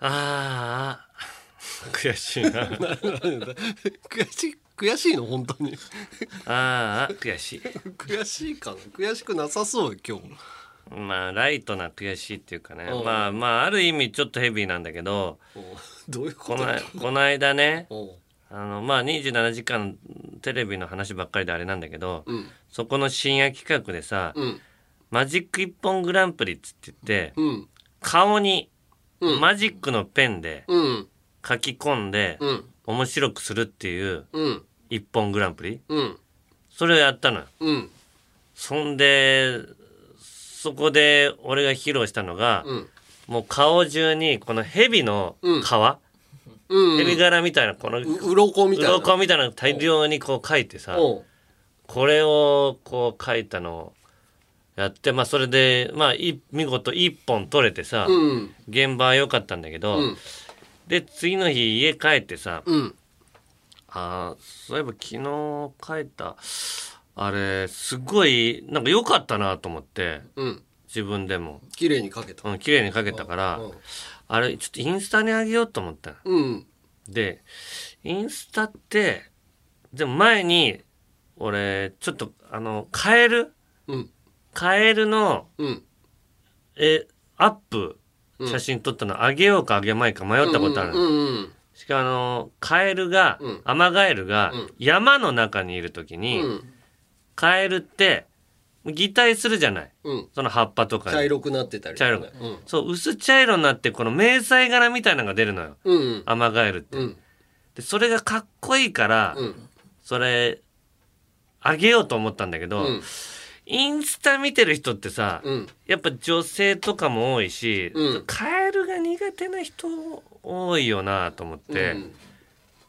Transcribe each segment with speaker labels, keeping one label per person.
Speaker 1: ああ 悔しいなあ
Speaker 2: 悔しい悔しいの本当に
Speaker 1: あ悔し
Speaker 2: 悔しいかな悔しくなさそうよ今日
Speaker 1: いまあライトな悔しいっていうかね
Speaker 2: うん
Speaker 1: まあまあある意味ちょっとヘビーなんだけど
Speaker 2: おうどういうこ
Speaker 1: ことのこの間ね
Speaker 2: おう
Speaker 1: あのまあ27時間テレビの話ばっかりであれなんだけど、
Speaker 2: うん
Speaker 1: そこの深夜企画でさ、
Speaker 2: うん
Speaker 1: マジック一本グランプリっつって言って、
Speaker 2: うん
Speaker 1: 顔に
Speaker 2: うん
Speaker 1: マジックのペンで
Speaker 2: うん
Speaker 1: 書き込んで、
Speaker 2: うん
Speaker 1: 面白くするっていう
Speaker 2: うん
Speaker 1: 一本グランプリ
Speaker 2: うん
Speaker 1: それをやったのよ
Speaker 2: うん
Speaker 1: そんでそこで俺が披露したのが、
Speaker 2: うん
Speaker 1: もう顔中にこの蛇の皮、
Speaker 2: うんうん
Speaker 1: 蛇柄みたいなこの
Speaker 2: うろこみたいな
Speaker 1: 鱗みたいなの大量にこう書いてさ
Speaker 2: おう
Speaker 1: これをこう書いたのをやってまあそれでまあい見事一本取れてさ、
Speaker 2: うん
Speaker 1: 現場は良かったんだけど、
Speaker 2: うん
Speaker 1: で次の日家帰ってさ、
Speaker 2: うん
Speaker 1: あーそういえば昨日書いたあれすごいなんか良かったなと思って
Speaker 2: うん
Speaker 1: 自分でも、
Speaker 2: 綺麗にかけた
Speaker 1: うん、綺麗に書けたから
Speaker 2: うん
Speaker 1: あれちょっとインスタにあげようと思ったの
Speaker 2: うん
Speaker 1: でインスタってでも前に俺ちょっとあのカエル
Speaker 2: うん
Speaker 1: カエルの
Speaker 2: うん
Speaker 1: えアップ
Speaker 2: うん
Speaker 1: 写真撮ったのあげようかあげまいか迷ったことあるの、
Speaker 2: うんうん
Speaker 1: しかもあのカエルが、
Speaker 2: うん
Speaker 1: アマガエルが
Speaker 2: うん
Speaker 1: 山の中にいる時
Speaker 2: う
Speaker 1: に、
Speaker 2: ん
Speaker 1: カエルって擬態するじゃない
Speaker 2: うん
Speaker 1: その葉っぱとかに
Speaker 2: 茶色くなってたりと
Speaker 1: 茶
Speaker 2: か
Speaker 1: 色
Speaker 2: ね
Speaker 1: そう薄茶色になってこの迷彩柄みたいなのが出るのよ
Speaker 2: うんうん
Speaker 1: アマガエルって、
Speaker 2: うん
Speaker 1: でそれがかっこいいから、
Speaker 2: うん
Speaker 1: それあげようと思ったんだけ
Speaker 2: う
Speaker 1: ど、
Speaker 2: ん
Speaker 1: インスタ見てる人ってさ、
Speaker 2: うん
Speaker 1: やっぱ女性とかも多いし、
Speaker 2: うん
Speaker 1: カエルが苦手な人多いよなと思って、
Speaker 2: うん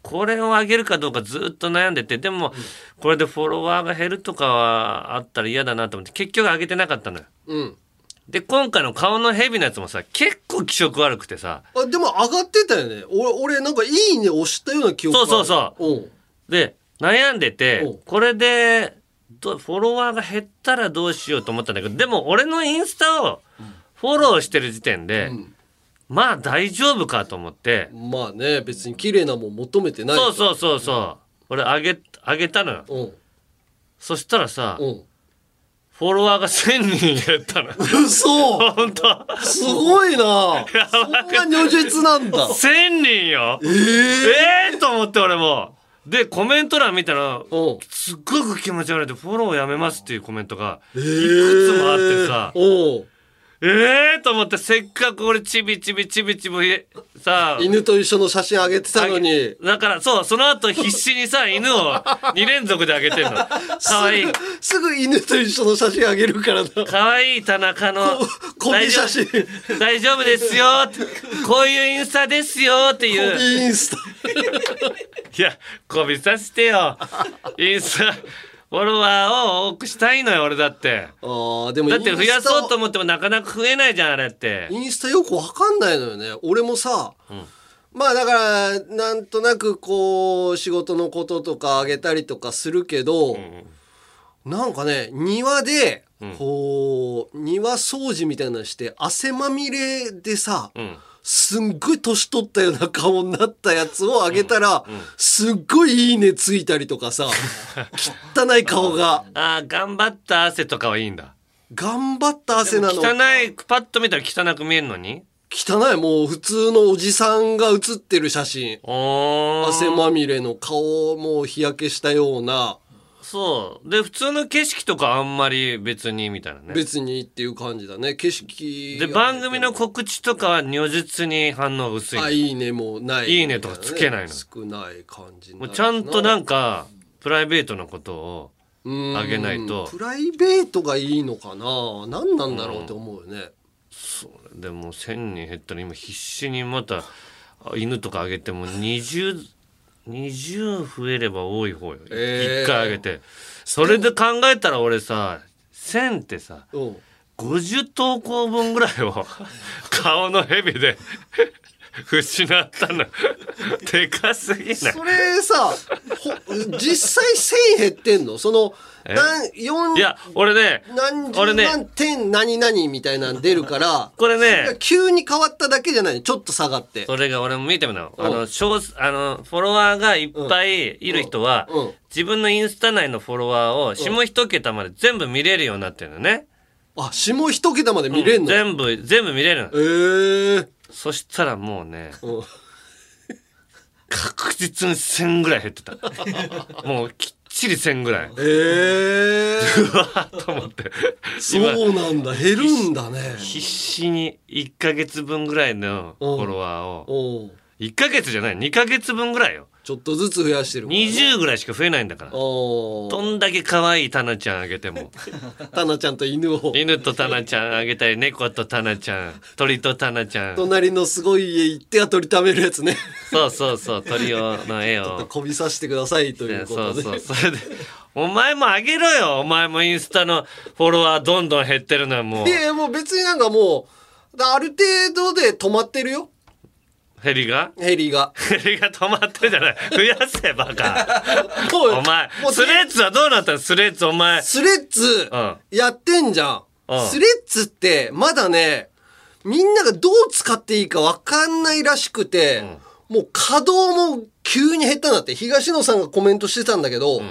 Speaker 1: これをあげるかどうかずっと悩んでてでも、これでフォロワーが減るとかはあったら嫌だなと思って結局あげてなかったのよ。
Speaker 2: うん
Speaker 1: で今回の顔のヘビのやつもさ結構気色悪くてさ
Speaker 2: あでも上がってたよね俺俺なんか「いいね」押したような記憶がある
Speaker 1: そうそう
Speaker 2: う
Speaker 1: で悩んで
Speaker 2: お
Speaker 1: て
Speaker 2: う
Speaker 1: これでどフォロワーが減ったらどうしようと思ったんだけどでも俺のインスタをフォローしてる時点で、
Speaker 2: ん
Speaker 1: まあ大丈夫かと思って、
Speaker 2: んまあね別に綺麗なもん求めてない
Speaker 1: そうそううそうそう、俺あげあげたのよ
Speaker 2: うん
Speaker 1: そしたらさ、
Speaker 2: うん
Speaker 1: フォロワーが1000人減ったの
Speaker 2: 嘘
Speaker 1: 本当
Speaker 2: すごいなそんな如実なんだ
Speaker 1: 1000人よえー、えと思って俺もでコメント欄見たら
Speaker 2: うん
Speaker 1: すっごく気持ち悪いでフォローやめますっていうコメントがいく
Speaker 2: え
Speaker 1: つもあってさ、
Speaker 2: おう
Speaker 1: えーと思ってせっかく俺ちびちびちびちびさあ
Speaker 2: 犬と一緒の写真上げてたのに
Speaker 1: だからそうその後必死にさ犬を2連続であげてんのかわいい
Speaker 2: すぐ 犬と一緒の写真上げるからな
Speaker 1: かわいい田中の
Speaker 2: コピー写真
Speaker 1: 大丈夫ですよってこういうインスタですよって
Speaker 2: コピ
Speaker 1: いう
Speaker 2: ーインスタ
Speaker 1: いやこびさしてよインスタフォロワーを多くしたいのよ俺だって
Speaker 2: あーでも
Speaker 1: だって増やそうと
Speaker 2: インス
Speaker 1: 思ってもなかなか増えないじゃんあれって
Speaker 2: タインスタよくわかんないのよね俺もさ、まあだからなんとなくこう仕事のこととかあげたりとかするけど、なんかね庭でこう、庭掃除みたいなのして汗まみれでさ、
Speaker 1: うん
Speaker 2: すんごい年取ったような顔になったやつをあげたら、すっごいいいねついたりと かさ汚い顔が
Speaker 1: あー頑張った汗とかはいいんだ
Speaker 2: 頑張った汗なの
Speaker 1: 汚いパッと見たら汚く見えるのに
Speaker 2: 汚いもう普通のおじさんが写ってる写真
Speaker 1: おー
Speaker 2: 汗まみれの顔をもう日焼けしたような
Speaker 1: そうで普通の景色とかあんまり別にみたいなね
Speaker 2: 別にっていう感じだね景色が
Speaker 1: で番組の告知とかは如実に反応薄い
Speaker 2: あいいねもない
Speaker 1: いいねとかつけないの
Speaker 2: 少ない感じに
Speaker 1: も
Speaker 2: な
Speaker 1: う
Speaker 2: る
Speaker 1: ちゃんとなんかプライベートなことを
Speaker 2: あ
Speaker 1: あげないと
Speaker 2: プライベートがいいのかな何なんだろうって思うよね
Speaker 1: でも1,000人減ったら今必死にまたあ犬とかあげても2020増えれば多い方よ、一
Speaker 2: え
Speaker 1: 1
Speaker 2: ー
Speaker 1: 回あげてそれで考えたら俺さ1,000ってさ
Speaker 2: うん
Speaker 1: 50投稿分ぐらい を顔のヘビで失ったのでかすぎない
Speaker 2: それさほ実際線減ってんのその何四
Speaker 1: いや俺ね
Speaker 2: 何十
Speaker 1: 俺ね
Speaker 2: 何点何々みたいなの出るから
Speaker 1: これね
Speaker 2: 急に変わっただけじゃないのちょっと下がって
Speaker 1: それが俺も見てみなあ
Speaker 2: う
Speaker 1: の
Speaker 2: ん
Speaker 1: 少数あのフォロワーがいっぱいいる人は、
Speaker 2: うんうん
Speaker 1: 自分のインスタ内のフォロワーを下一桁まで全部見れるようになってるのね、
Speaker 2: あ下一桁まで見れんの、え
Speaker 1: 全部全部見れるの
Speaker 2: えー
Speaker 1: そしたらもうね
Speaker 2: うん
Speaker 1: 確実に1000ぐらい減って たもうきっちり1000ぐらい
Speaker 2: えー、
Speaker 1: うわーと思って今
Speaker 2: そうなんだ減るんだね
Speaker 1: 必死に1ヶ月分ぐらいのフォロワーを
Speaker 2: おう
Speaker 1: 1ヶ月じゃない2ヶ月分ぐらいよ
Speaker 2: ちょっとずつ増やしてるからね、
Speaker 1: 20ぐらいしか増えないんだから
Speaker 2: おう
Speaker 1: どんだけ可愛いタナちゃんあげて も
Speaker 2: タナちゃんと犬を
Speaker 1: 犬とタナちゃんあげたり猫とタナちゃん鳥とタナちゃん
Speaker 2: 隣のすごい家行っては取りためる やつね
Speaker 1: そうそうそう鳥をの 絵を
Speaker 2: こびさしてくださいとい
Speaker 1: ね
Speaker 2: うこ
Speaker 1: そ
Speaker 2: と
Speaker 1: う
Speaker 2: で
Speaker 1: そうそれでお前もあげろよお前もインスタのフォロワーどんどん減ってるのはもう
Speaker 2: いやいやもう別になんかもうだある程度で止まってるよ
Speaker 1: ヘリが
Speaker 2: ヘリが
Speaker 1: ヘリが止まってるじゃない増やせバカ
Speaker 2: おい
Speaker 1: お前
Speaker 2: もう
Speaker 1: スレッズはどうなったのスレッズお前
Speaker 2: スレッズ
Speaker 1: うん
Speaker 2: やってんじゃん、
Speaker 1: うん
Speaker 2: スレッズってまだねみんながどう使っていいか分かんないらしくて、もう稼働も急に減ったんだって東野さんがコメントしてたんだけど、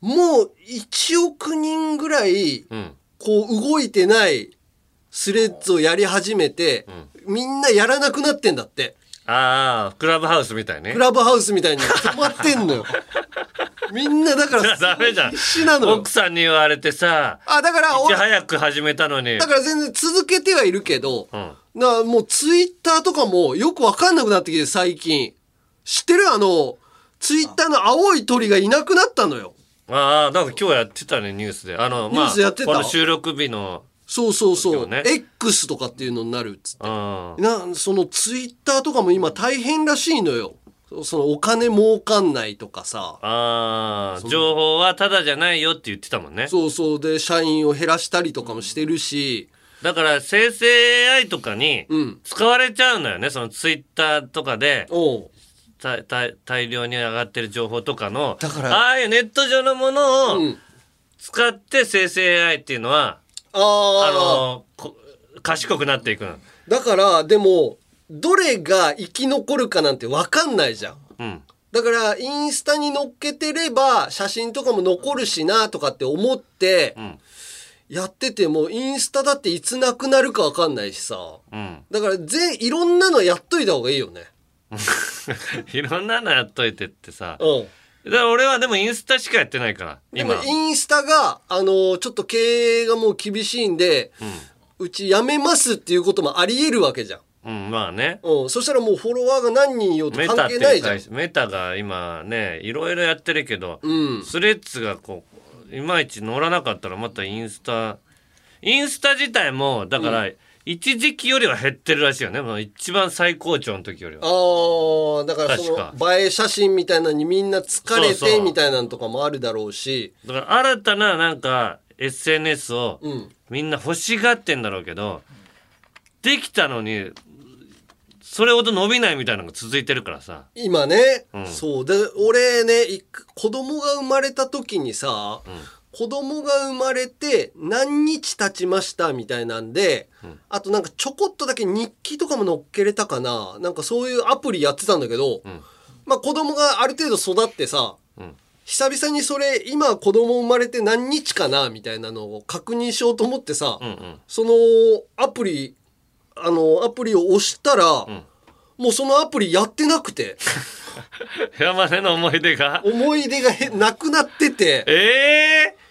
Speaker 2: もう1億人ぐらい
Speaker 1: うん
Speaker 2: こう動いてないスレッズをやり始めて、みんなやらなくなってんだって。
Speaker 1: ああクラブハウスみたいね
Speaker 2: クラブハウスみた いに止まってんのよ。みんなだか
Speaker 1: じゃあ
Speaker 2: ら、
Speaker 1: ダメじゃん
Speaker 2: 必死なのよ
Speaker 1: 奥。さんに言われてさ
Speaker 2: あ、だから、
Speaker 1: い
Speaker 2: お
Speaker 1: ち
Speaker 2: だ
Speaker 1: 早く始めたのに
Speaker 2: から全然続けてはいるけど、
Speaker 1: うん
Speaker 2: なもうツイッターとかもよくわかんなくなってきて最近。知ってるあの、ツイッターの青い鳥がいなくなったのよ。
Speaker 1: ああ、なんか今日やってたね、ニュースで。あの、ま
Speaker 2: ニュースや
Speaker 1: あ、
Speaker 2: ってた
Speaker 1: この収録日の、
Speaker 2: そうそう
Speaker 1: そう
Speaker 2: そ
Speaker 1: よ
Speaker 2: う。
Speaker 1: ね
Speaker 2: X とかっていうのになるっつって
Speaker 1: うん。
Speaker 2: なそのツイッターとかも今大変らしいのよそそのお金儲かんないとかさ
Speaker 1: ああ、情報はただじゃないよって言ってたもんね。
Speaker 2: そうそうで社員を減らしたりとかもしてるし、
Speaker 1: だから、生成 AI とかに
Speaker 2: うん、
Speaker 1: 使われちゃうのよね。そのツイッターとかで、
Speaker 2: おう
Speaker 1: たた大量に上がってる情報とかの、
Speaker 2: だから
Speaker 1: ああいうネット上のもの
Speaker 2: う
Speaker 1: を
Speaker 2: ん、
Speaker 1: 使って生成 AI っていうのは、
Speaker 2: あー
Speaker 1: あのこ賢くなっていくの。
Speaker 2: だからでもどれが生き残るかなんて分かんないじゃん
Speaker 1: うん。
Speaker 2: だからインスタに載っけてれば写真とかも残るしなとかって思って
Speaker 1: うん。
Speaker 2: やっててもインスタだっていつなくなるか分かんないしさ
Speaker 1: うん。
Speaker 2: だからぜいろんなのやっといた方がいいよね
Speaker 1: いろんなのやっといてってさ。
Speaker 2: うん
Speaker 1: だから俺はでもインスタしかやってないから
Speaker 2: でも
Speaker 1: 今
Speaker 2: インスタが、あのちょっと経営がもう厳しいんで、うち辞めますっていうこともあり得るわけじゃん。
Speaker 1: うんまあね
Speaker 2: うん、そしたらもうフォロワーが何人いようと
Speaker 1: メタ
Speaker 2: 関
Speaker 1: って
Speaker 2: 係ないいうじゃん
Speaker 1: 会。社メタが今ねいろいろやってるけど、
Speaker 2: うん。
Speaker 1: スレッズがこういまいち乗らなかったらまたインスタインスタ自体もだから一時期よりは減ってるらしいよね、もう一番最高潮の時よりは
Speaker 2: ああ、だからそ
Speaker 1: 確
Speaker 2: の映え写真みたいなのにみんな疲れ
Speaker 1: そうそ
Speaker 2: て
Speaker 1: う
Speaker 2: みたいなのとかもあるだろうし、
Speaker 1: だから新たななんか SNS を
Speaker 2: うん。
Speaker 1: みんな欲しがってんだろうけどできたのにそれほど伸びないみたいなのが続いてるからさ
Speaker 2: 今ね、
Speaker 1: うん
Speaker 2: そうで俺ねい子供が生まれた時にさ、子供が生まれて何日経ちましたみたいなんで、あとなんかちょこっとだけ日記とかも載っけれたかななんかそういうアプリやってたんだけど、
Speaker 1: ん
Speaker 2: まあ子供がある程度育ってさ、
Speaker 1: うん
Speaker 2: 久々にそれ今子供生まれて何日かなみたいなのを確認しようと思ってさ、
Speaker 1: うん うん
Speaker 2: そのアプリあのアプリを押したら、
Speaker 1: ん
Speaker 2: もうそのアプリやってなくて。
Speaker 1: 山根の思い出が
Speaker 2: 思い出がへなくなってて。
Speaker 1: え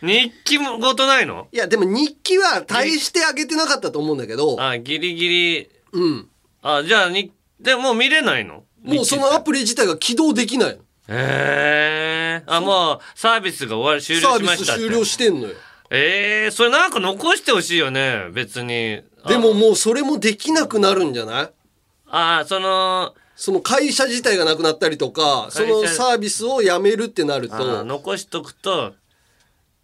Speaker 1: え日記もごとないの
Speaker 2: いや、でも日記は大してあげてなかったと思うんだけど、
Speaker 1: あギリギリ
Speaker 2: うん。
Speaker 1: あじゃあにでもう見れないの
Speaker 2: もうそのアプリ自体が起動できないの。
Speaker 1: ええあもうサービスが終わり終
Speaker 2: サ
Speaker 1: 了
Speaker 2: ー
Speaker 1: し
Speaker 2: ビ
Speaker 1: ま
Speaker 2: ス
Speaker 1: したって
Speaker 2: 終了してんのよ。
Speaker 1: ええそれなんか残してほしいよね別にあ
Speaker 2: でももうそれもできなくなるんじゃない
Speaker 1: あその
Speaker 2: その会社自体がなくなったりとか、そ
Speaker 1: 会社
Speaker 2: のサービスをやめるってなる
Speaker 1: あ
Speaker 2: と、
Speaker 1: 残しとくと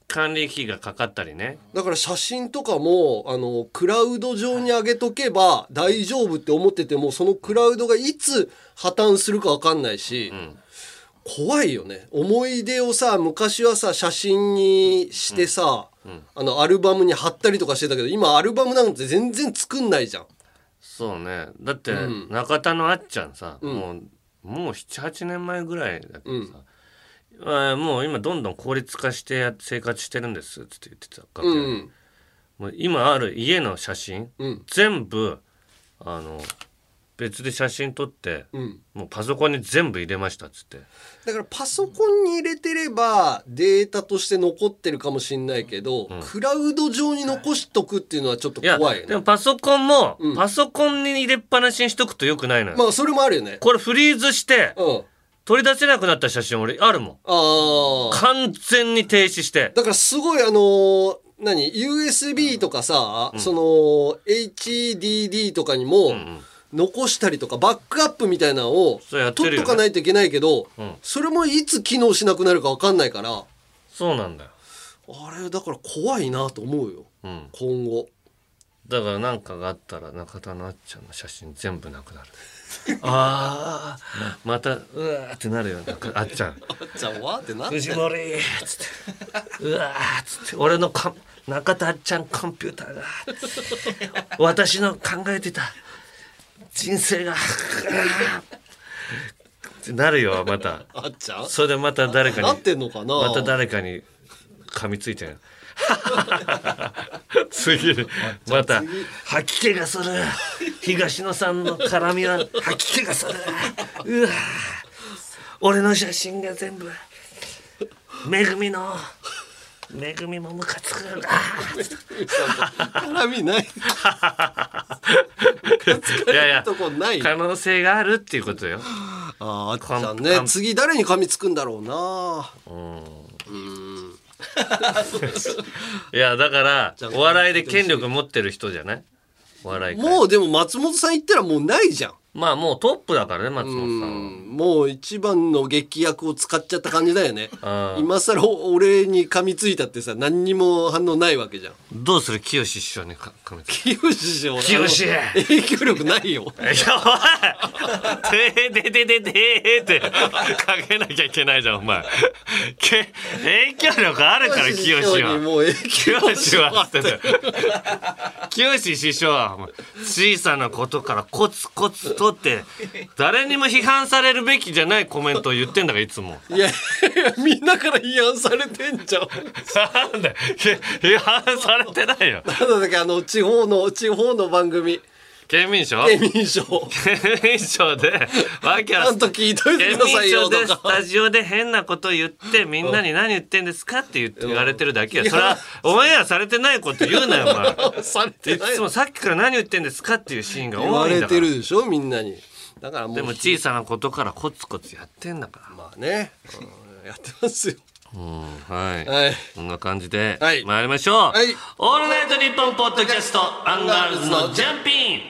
Speaker 1: 管理費がかかったりね
Speaker 2: だから写真とかもあのクラウド上に上げとけば大丈夫って思っててもそのクラウドがいつ破綻するか分かんないし、怖いよね思い出をさ昔はさ写真にしてさ、あのアルバムに貼ったりとかしてたけど今アルバムなんて全然作んないじゃん。
Speaker 1: そうねだって中田のあっちゃんさ、もうもう78年前ぐらいだけどさ、あーもう今どんどん効率化してや生活してるんですって言ってた楽
Speaker 2: う
Speaker 1: 屋で
Speaker 2: ん、
Speaker 1: もう今ある家の写真、
Speaker 2: うん
Speaker 1: 全部あの別で写真撮って、
Speaker 2: うん
Speaker 1: もうパソコンに全部入れましたっつって
Speaker 2: だからパソコンに入れてればデータとして残ってるかもしんないけど、クラウド上に残しとくっていうのはちょっと
Speaker 1: いや
Speaker 2: 怖いよ
Speaker 1: で
Speaker 2: ね
Speaker 1: もパソコンも、
Speaker 2: ん
Speaker 1: パソコンに入れっぱなしにしとくとよくないのよ、
Speaker 2: まあそれもあるよね
Speaker 1: これフリーズして
Speaker 2: うん
Speaker 1: 取り出せなくなった写真俺あるもん
Speaker 2: ああ
Speaker 1: 完全に停止して
Speaker 2: だからすごいあのー何 USB とかさ、その HDD とかにも残したりとかバックアップみたいなのを
Speaker 1: そうやってる
Speaker 2: 取
Speaker 1: よ
Speaker 2: っ
Speaker 1: ね
Speaker 2: とかないといけないけど、
Speaker 1: ん
Speaker 2: それもいつ機能しなくなるか分かんないから
Speaker 1: そうなんだよ
Speaker 2: あれだから怖いなと思うよ、
Speaker 1: うん
Speaker 2: 今後。
Speaker 1: だから何かがあったら中田のあっちゃんの写真全部なくなるああまたうわーってなるよなんかあっちゃん
Speaker 2: あっちゃんはってな
Speaker 1: 藤森っつってうわーっつって俺のか中田あっちゃんコンピューターが私の考えてた人生が うわーってなるよまた
Speaker 2: あっちゃん
Speaker 1: それでまた誰かに
Speaker 2: なってんのかな
Speaker 1: また誰かに噛みついてる 次また吐き気がする東野さんの絡みは吐き気がするうわ俺の写真が全部めぐみのめぐみもムカつくな
Speaker 2: 絡みない
Speaker 1: いやいや
Speaker 2: とこない
Speaker 1: 可能性があるっていうことよ
Speaker 2: ああっちゃん
Speaker 1: か
Speaker 2: ね
Speaker 1: ん
Speaker 2: 次誰に噛みつくんだろうな
Speaker 1: うんいやだからお笑いで権力持ってる人じゃないお笑い界
Speaker 2: もうでも松本さん行ったらもうないじゃん
Speaker 1: まあもうトップだからね松本さんは
Speaker 2: もう一番の劇薬を使っちゃった感じだよ ね
Speaker 1: あー
Speaker 2: 今更俺に噛みついたってさ何にも反応ないわけじゃん
Speaker 1: どうする清志師匠にかかめて。
Speaker 2: 清志師匠
Speaker 1: 清
Speaker 2: あの影響力ないよ
Speaker 1: いやばいてーででででーってかけなきゃいけないじゃんお前け影響力あるから清
Speaker 2: 師
Speaker 1: 志
Speaker 2: 匠に
Speaker 1: は
Speaker 2: もう影響
Speaker 1: 清志
Speaker 2: 力
Speaker 1: は
Speaker 2: あ
Speaker 1: ってね清志師匠はお前小さなことからコツコツとって誰にも批判されるべきじゃないコメントを言ってんだからいつも
Speaker 2: いやいやみんなから批判されてんじゃん
Speaker 1: なんだよ批判されてないよ
Speaker 2: なんだっけあの地方の地方の番組
Speaker 1: 県民賞
Speaker 2: 県民賞
Speaker 1: 県民賞でわけ
Speaker 2: ちゃ
Speaker 1: は
Speaker 2: んと聞いと いて
Speaker 1: 県
Speaker 2: くださ
Speaker 1: 民
Speaker 2: い
Speaker 1: 賞
Speaker 2: よ
Speaker 1: で
Speaker 2: と
Speaker 1: ス
Speaker 2: か。
Speaker 1: タジオで変なこと言ってみんなに何言ってんですかって言って言われてるだけやそれはオンエアされてないこと言うなよお
Speaker 2: され
Speaker 1: 前
Speaker 2: て
Speaker 1: い
Speaker 2: ない
Speaker 1: つもさっきから何言ってんですかっていうシーンが
Speaker 2: 言わ
Speaker 1: 多いん
Speaker 2: れ
Speaker 1: だか
Speaker 2: て
Speaker 1: ら
Speaker 2: るでしょみんなに。だからもう
Speaker 1: でも小さなことからコツコツやってんだから
Speaker 2: まあね、うんやってますよ。
Speaker 1: うんはい、
Speaker 2: はい
Speaker 1: こんな感じで
Speaker 2: はい
Speaker 1: 参りましょう、
Speaker 2: はい
Speaker 1: オールナイトニッポンポッドキャストアンガールズのジャンピン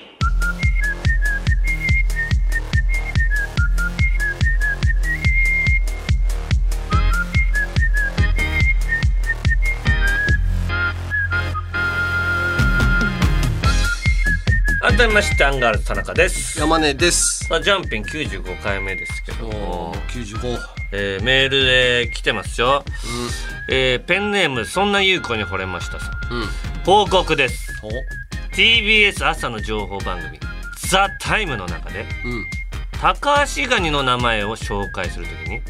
Speaker 1: 改めましてアンガールズ田中です
Speaker 2: 山根です。
Speaker 1: さあジャンピン95回目ですけども
Speaker 2: 九十五。
Speaker 1: えーメールで来てますよ、えーペンネームそんな優子に惚れましたさん
Speaker 2: うん。
Speaker 1: 報告です
Speaker 2: お。
Speaker 1: TBS 朝の情報番組「ザタイムの中で
Speaker 2: うん。
Speaker 1: 高橋ガニの名前を紹介するときに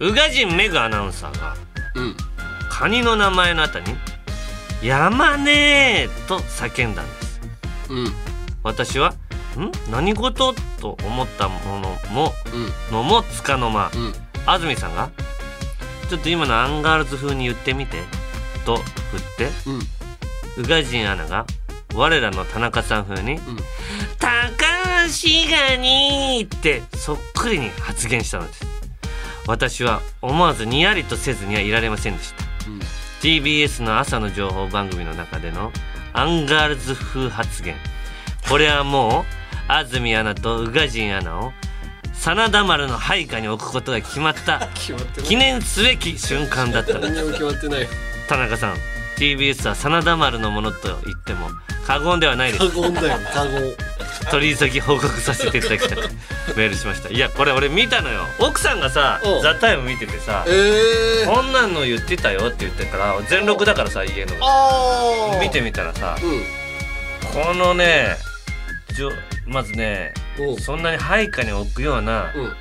Speaker 2: うん。
Speaker 1: 宇賀神メグアナウンサーが
Speaker 2: うん。
Speaker 1: カニの名前の後に「やまねえ!」と叫んだんです
Speaker 2: うん。
Speaker 1: 私は「ん何事?」と思ったものも
Speaker 2: うん。
Speaker 1: のもつかの間
Speaker 2: うん。
Speaker 1: 安住さんが「ちょっと今のアンガールズ風に言ってみて」と振って
Speaker 2: うん。
Speaker 1: 宇賀神アナが我らの田中さん風に
Speaker 2: ん
Speaker 1: 「高橋がに」ってそっくりに発言したのです私は思わずにやりとせずにはいられませんでした TBS の朝の情報番組の中でのアンガールズ風発言これはもう安住アナと宇賀神アナを真田丸の配下に置くことが決まった
Speaker 2: 決まってない。
Speaker 1: 記念すべき瞬間だったの
Speaker 2: 何にも決まってない。
Speaker 1: 田中さん TBS は真田丸のものと言っても過言ではないです
Speaker 2: 過言だよ過言
Speaker 1: 取り急ぎ報告させていただ きたいメールしましたいやこれ俺見たのよ奥さんがさ「
Speaker 2: おう
Speaker 1: ザタイム見ててさ
Speaker 2: え
Speaker 1: 「
Speaker 2: ー、
Speaker 1: こんなんの言ってたよ」って言ってから全録だからさ家の
Speaker 2: あー
Speaker 1: 見てみたらさ
Speaker 2: う
Speaker 1: このねじょまずね
Speaker 2: んうん
Speaker 1: そんなに配下に置くような
Speaker 2: うん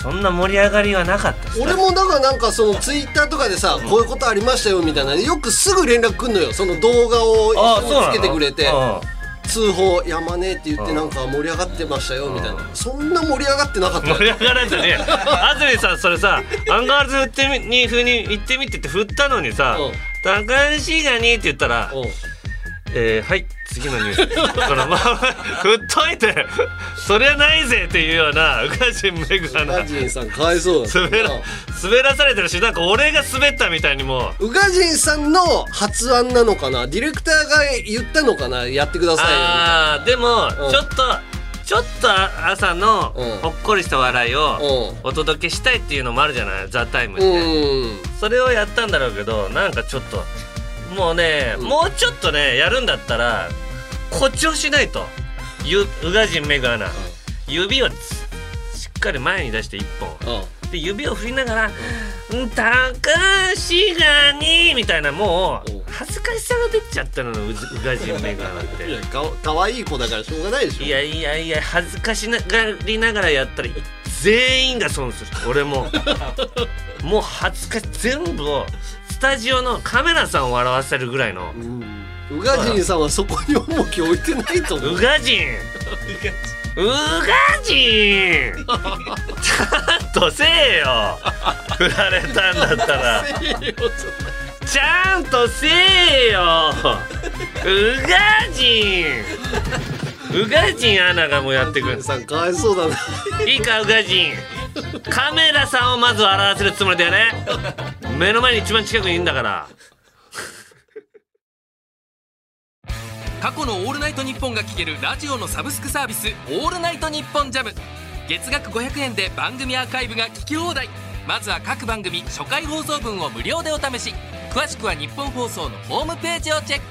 Speaker 1: そんな盛り上がりはなかった
Speaker 2: 俺もだからなんかそのツイッターとかでさ、こういうことありましたよみたいなよくすぐ連絡くんのよその動画を
Speaker 1: あ
Speaker 2: 一緒につけてくれて
Speaker 1: そうなの
Speaker 2: 通報やまねえって言って
Speaker 1: うん
Speaker 2: なんか盛り上がってましたよみたいな
Speaker 1: う
Speaker 2: そんな盛り上がってなかっ
Speaker 1: うん
Speaker 2: た
Speaker 1: 盛り上がらず に安住さんそれさアンガールズ振ってみに風に行ってみてって振ったのにさ
Speaker 2: うん
Speaker 1: 「高橋がに」って言ったら「
Speaker 2: うん
Speaker 1: えー、はい次のニュースそのまま振っといてそりゃないぜっていうような宇賀神めぐ ら
Speaker 2: ガ
Speaker 1: な
Speaker 2: ジンさんかわいそうだ
Speaker 1: 滑ら
Speaker 2: な
Speaker 1: 滑らされてるしなんか俺が滑ったみたいにもう
Speaker 2: 宇賀神さんの発案なのかなディレクターが言ったのかなやってくださいよみたいな
Speaker 1: あーでも、
Speaker 2: うん
Speaker 1: ちょっとちょっと朝の
Speaker 2: うん
Speaker 1: ほっこりした笑いを
Speaker 2: う
Speaker 1: お届けしたいっていうのもあるじゃない「ザタイムって、
Speaker 2: んうん
Speaker 1: それをやったんだろうけどなんかちょっともうね、
Speaker 2: うん
Speaker 1: もうちょっとねやるんだったら誇張しないとゆ宇賀神メグアナ指をつしっかり前に出して一本
Speaker 2: うん
Speaker 1: で指を振りながら「うん高橋がに」みたいなも
Speaker 2: お
Speaker 1: う恥ずかしさが出ちゃったのようず宇賀神メグアナっ
Speaker 2: いや
Speaker 1: て。
Speaker 2: かかわいい子だからしょうがないでしょ
Speaker 1: いやいやいや恥ずかしがりながらやったら全員が損する俺ももう恥ずかし全部をスタジオのカメラさんを笑わせるぐらいの
Speaker 2: うん宇賀神さんはそこに重きを置いてない と思う
Speaker 1: 宇賀神うがじんちゃんとせえよ振られたんだったらちゃんとせえようがじんうがじんアナがもうやってくる
Speaker 2: さんかわいそうだない
Speaker 1: いか宇賀神カメラさんをまず笑わせるつもりだよね目の前に一番近くにいるんだから
Speaker 3: 過去の「オールナイトニッポン」が聴けるラジオのサブスクサービス「オールナイトニッポンジャム月額500円で番組アーカイブが聞き放題まずは各番組初回放送分を無料でお試し詳しくは日本放送のホームページをチェック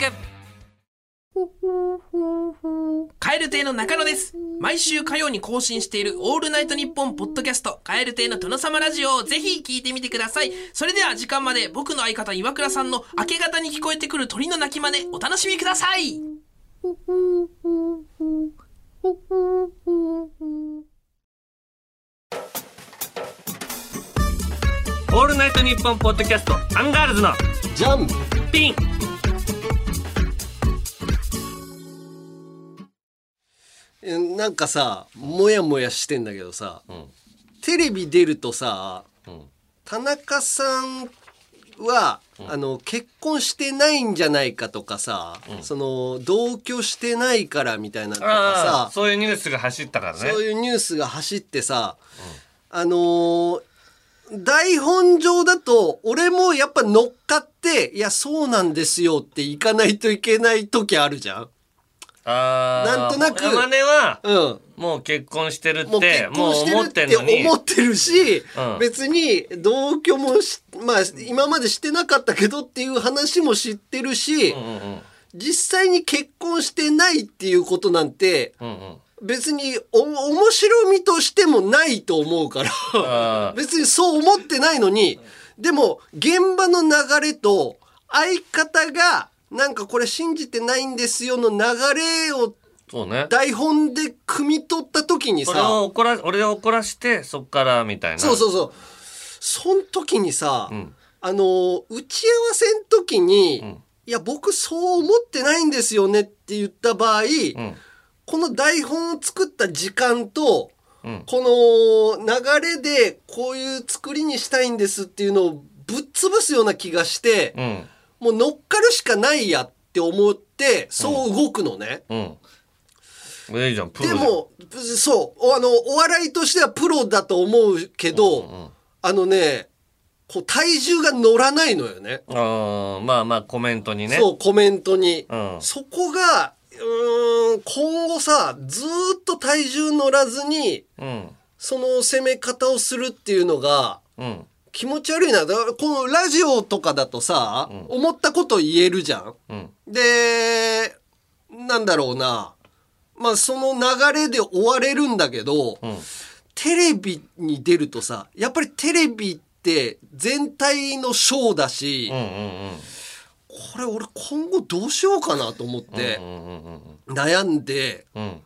Speaker 3: カエル亭の中野です毎週火曜に更新している「オールナイトニッポン」ポッドキャスト「カエル亭の殿様ラジオ」をぜひ聞いてみてくださいそれでは時間まで僕の相方岩倉さんの明け方に聞こえてくる鳥の鳴き真似お楽しみください
Speaker 1: 「オールナイトニッポン」ポッドキャストアンガールズの
Speaker 2: ジャンプ
Speaker 1: ピン
Speaker 2: えなんかさモヤモヤしてんだけどさ、テレビ出るとさ、田中さんは、あの結婚してないんじゃないかとかさ、その同居してないからみたいなと
Speaker 1: あ
Speaker 2: か
Speaker 1: あ
Speaker 2: さ
Speaker 1: そういうニュースが走ったから
Speaker 2: そう,、
Speaker 1: ね
Speaker 2: いうニュースが走ってさ、あのー台本上だと俺もやっぱ乗っかって「いやそうなんですよ」って行かないといけない時あるじゃん。
Speaker 1: ああ
Speaker 2: なんとなく
Speaker 1: 山根は
Speaker 2: うん、
Speaker 1: もう結婚してるっ
Speaker 2: もう
Speaker 1: て
Speaker 2: 結
Speaker 1: も
Speaker 2: 婚
Speaker 1: う
Speaker 2: して
Speaker 1: 思
Speaker 2: る
Speaker 1: っ
Speaker 2: ってて
Speaker 1: んのに
Speaker 2: 思ってるし、
Speaker 1: うん
Speaker 2: 別に同居もし、まあ、今までしてなかったけどっていう話も知ってるし、
Speaker 1: うんうんうん
Speaker 2: 実際に結婚してないっていうことなんて
Speaker 1: うんうん
Speaker 2: 別にお面白みとしてもないと思うから
Speaker 1: あ
Speaker 2: 別にそう思ってないのにでも現場の流れと相方がなんかこれ信じてないんですよの流れを
Speaker 1: ーそうね
Speaker 2: 台本で汲み取った時にさ
Speaker 1: それを怒ら俺を怒らしてそっからみたいな
Speaker 2: そう
Speaker 1: う
Speaker 2: そうそう。そん時にさ、
Speaker 1: ん
Speaker 2: あのー打ち合わせの時に、
Speaker 1: ん
Speaker 2: いや僕そう思ってないんですよねって言った場合、
Speaker 1: うん
Speaker 2: この台本を作った時間と、
Speaker 1: うん
Speaker 2: この流れでこういう作りにしたいんですっていうのをぶっ潰すような気がして、
Speaker 1: うん
Speaker 2: もう乗っかるしかないやって思ってそう動くのね。
Speaker 1: うんええじゃんプロ
Speaker 2: で
Speaker 1: じゃん
Speaker 2: もそうおあのお笑いとしてはプロだと思うけど、あのねこう体重が乗らないのよね
Speaker 1: あーまあまあコメントにね
Speaker 2: そうコメントに、
Speaker 1: うん
Speaker 2: そこがうーん今後さずーっと体重乗らずに
Speaker 1: うん
Speaker 2: その攻め方をするっていうのが
Speaker 1: うん
Speaker 2: 気持ち悪いな。だからこのラジオとかだとさ、思ったこと言えるじゃん。
Speaker 1: うん
Speaker 2: で、なんだろうな。まあその流れで終われるんだけど、
Speaker 1: うん
Speaker 2: テレビに出るとさ、やっぱりテレビって全体のショーだし、
Speaker 1: うんうん
Speaker 2: これ俺今後どうしようかなと思って
Speaker 1: うんうんうん
Speaker 2: 悩んで、
Speaker 1: うん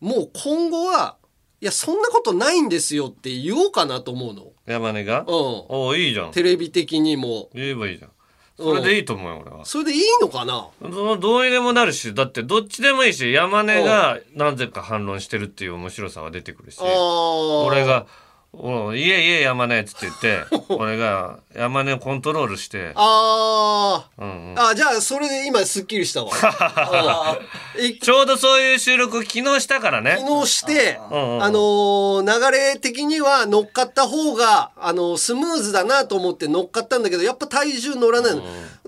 Speaker 2: もう今後は、いやそんなことないんですよって言おうかなと思うの。
Speaker 1: 山根が
Speaker 2: う
Speaker 1: おおいいじゃん
Speaker 2: ん。テレビ的にも。
Speaker 1: 言えばいいじゃんそれでいいと思うよ俺は
Speaker 2: それでいいのかな
Speaker 1: そのどうにでもなるしだってどっちでもいいし山根がなぜか反論してるっていう面白さは出てくるし俺
Speaker 2: 俺。
Speaker 1: が「おいえいえ山根」っつって言って俺が山根をコントロールして
Speaker 2: あー
Speaker 1: うんうん
Speaker 2: あー、じゃあ、それで今、すっきりしたわ。あーえ
Speaker 1: ちょうどそういう収録を昨日したからね
Speaker 2: 昨日して、あ
Speaker 1: うんうん
Speaker 2: のー流れ的には乗っかった方が、あのースムーズだなと思って乗っかったんだけど、やっぱ体重乗らないの。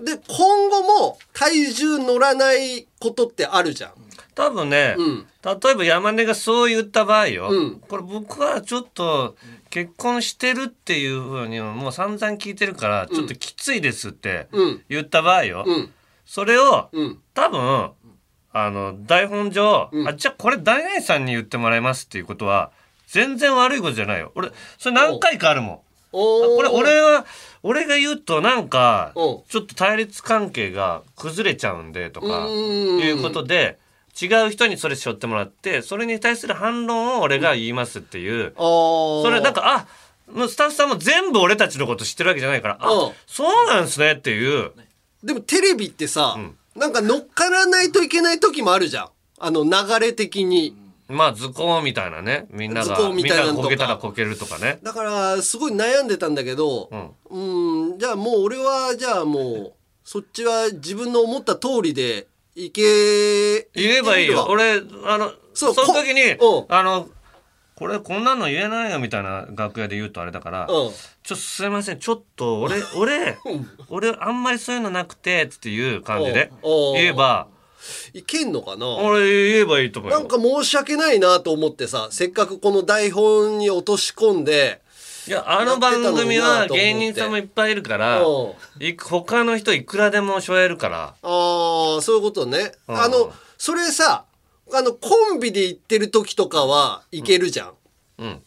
Speaker 2: で、今後も体重乗らないことってあるじゃん。
Speaker 1: 多分ね、
Speaker 2: うん
Speaker 1: 例えば山根がそう言った場合よ、
Speaker 2: うん
Speaker 1: これ僕はちょっと結婚してるっていうふうにもう散々聞いてるからちょっときついですって
Speaker 2: うん
Speaker 1: 言った場合よ、
Speaker 2: うん。
Speaker 1: それを
Speaker 2: うん。
Speaker 1: 多分あの台本上、
Speaker 2: うん
Speaker 1: あじゃあこれダイアンさんに言ってもらいますっていうことは全然悪いことじゃないよ俺それ何回かあるもん。
Speaker 2: おー
Speaker 1: これ俺は俺が言うとなんかち
Speaker 2: お
Speaker 1: ょっと対立関係が崩れちゃうんでとか
Speaker 2: うーん
Speaker 1: いうことで違う人にそれしょってもらってそれに対する反論を俺が言いますっていう
Speaker 2: あー
Speaker 1: それなん、かあもうスタッフさんも全部俺たちのこと知ってるわけじゃないから
Speaker 2: お
Speaker 1: あそうなんですねっていう
Speaker 2: でもテレビってさ、なんか乗っからないといけない時もあるじゃん。あの、流れ的に。
Speaker 1: まあ図工みたいなねみんな
Speaker 2: 図
Speaker 1: が
Speaker 2: 工
Speaker 1: み
Speaker 2: み
Speaker 1: んな
Speaker 2: たい
Speaker 1: が
Speaker 2: なの
Speaker 1: こ
Speaker 2: とか
Speaker 1: けたらこけるとかね
Speaker 2: だからすごい悩んでたんだけど、うん、じゃあもう俺はじゃあもうそっちは自分の思った通りでいけ
Speaker 1: 言えばいいよ
Speaker 2: 行ってみるわ
Speaker 1: 俺あの
Speaker 2: そ
Speaker 1: そうの時に
Speaker 2: こ
Speaker 1: あのこれこんなの言えないよみたいな楽屋で言うとあれだから
Speaker 2: うん
Speaker 1: ちょっとすいませんちょっと 俺俺俺あんまりそういうのなくてっていう感じで
Speaker 2: おうおう
Speaker 1: 言えば
Speaker 2: いけんのかな
Speaker 1: 俺言えばいいと思う
Speaker 2: なん
Speaker 1: よ
Speaker 2: か申し訳ないなと思ってさせっかくこの台本に落とし込んで
Speaker 1: いやあの番組は
Speaker 2: やってたのになと思って
Speaker 1: 芸人さんもいっぱいいるから
Speaker 2: お
Speaker 1: いく他の人いくらでもしょえるから
Speaker 2: ああそういうことね、
Speaker 1: うん
Speaker 2: あのそれさあのコンビで行ってる時とかはいけるじゃん
Speaker 1: うん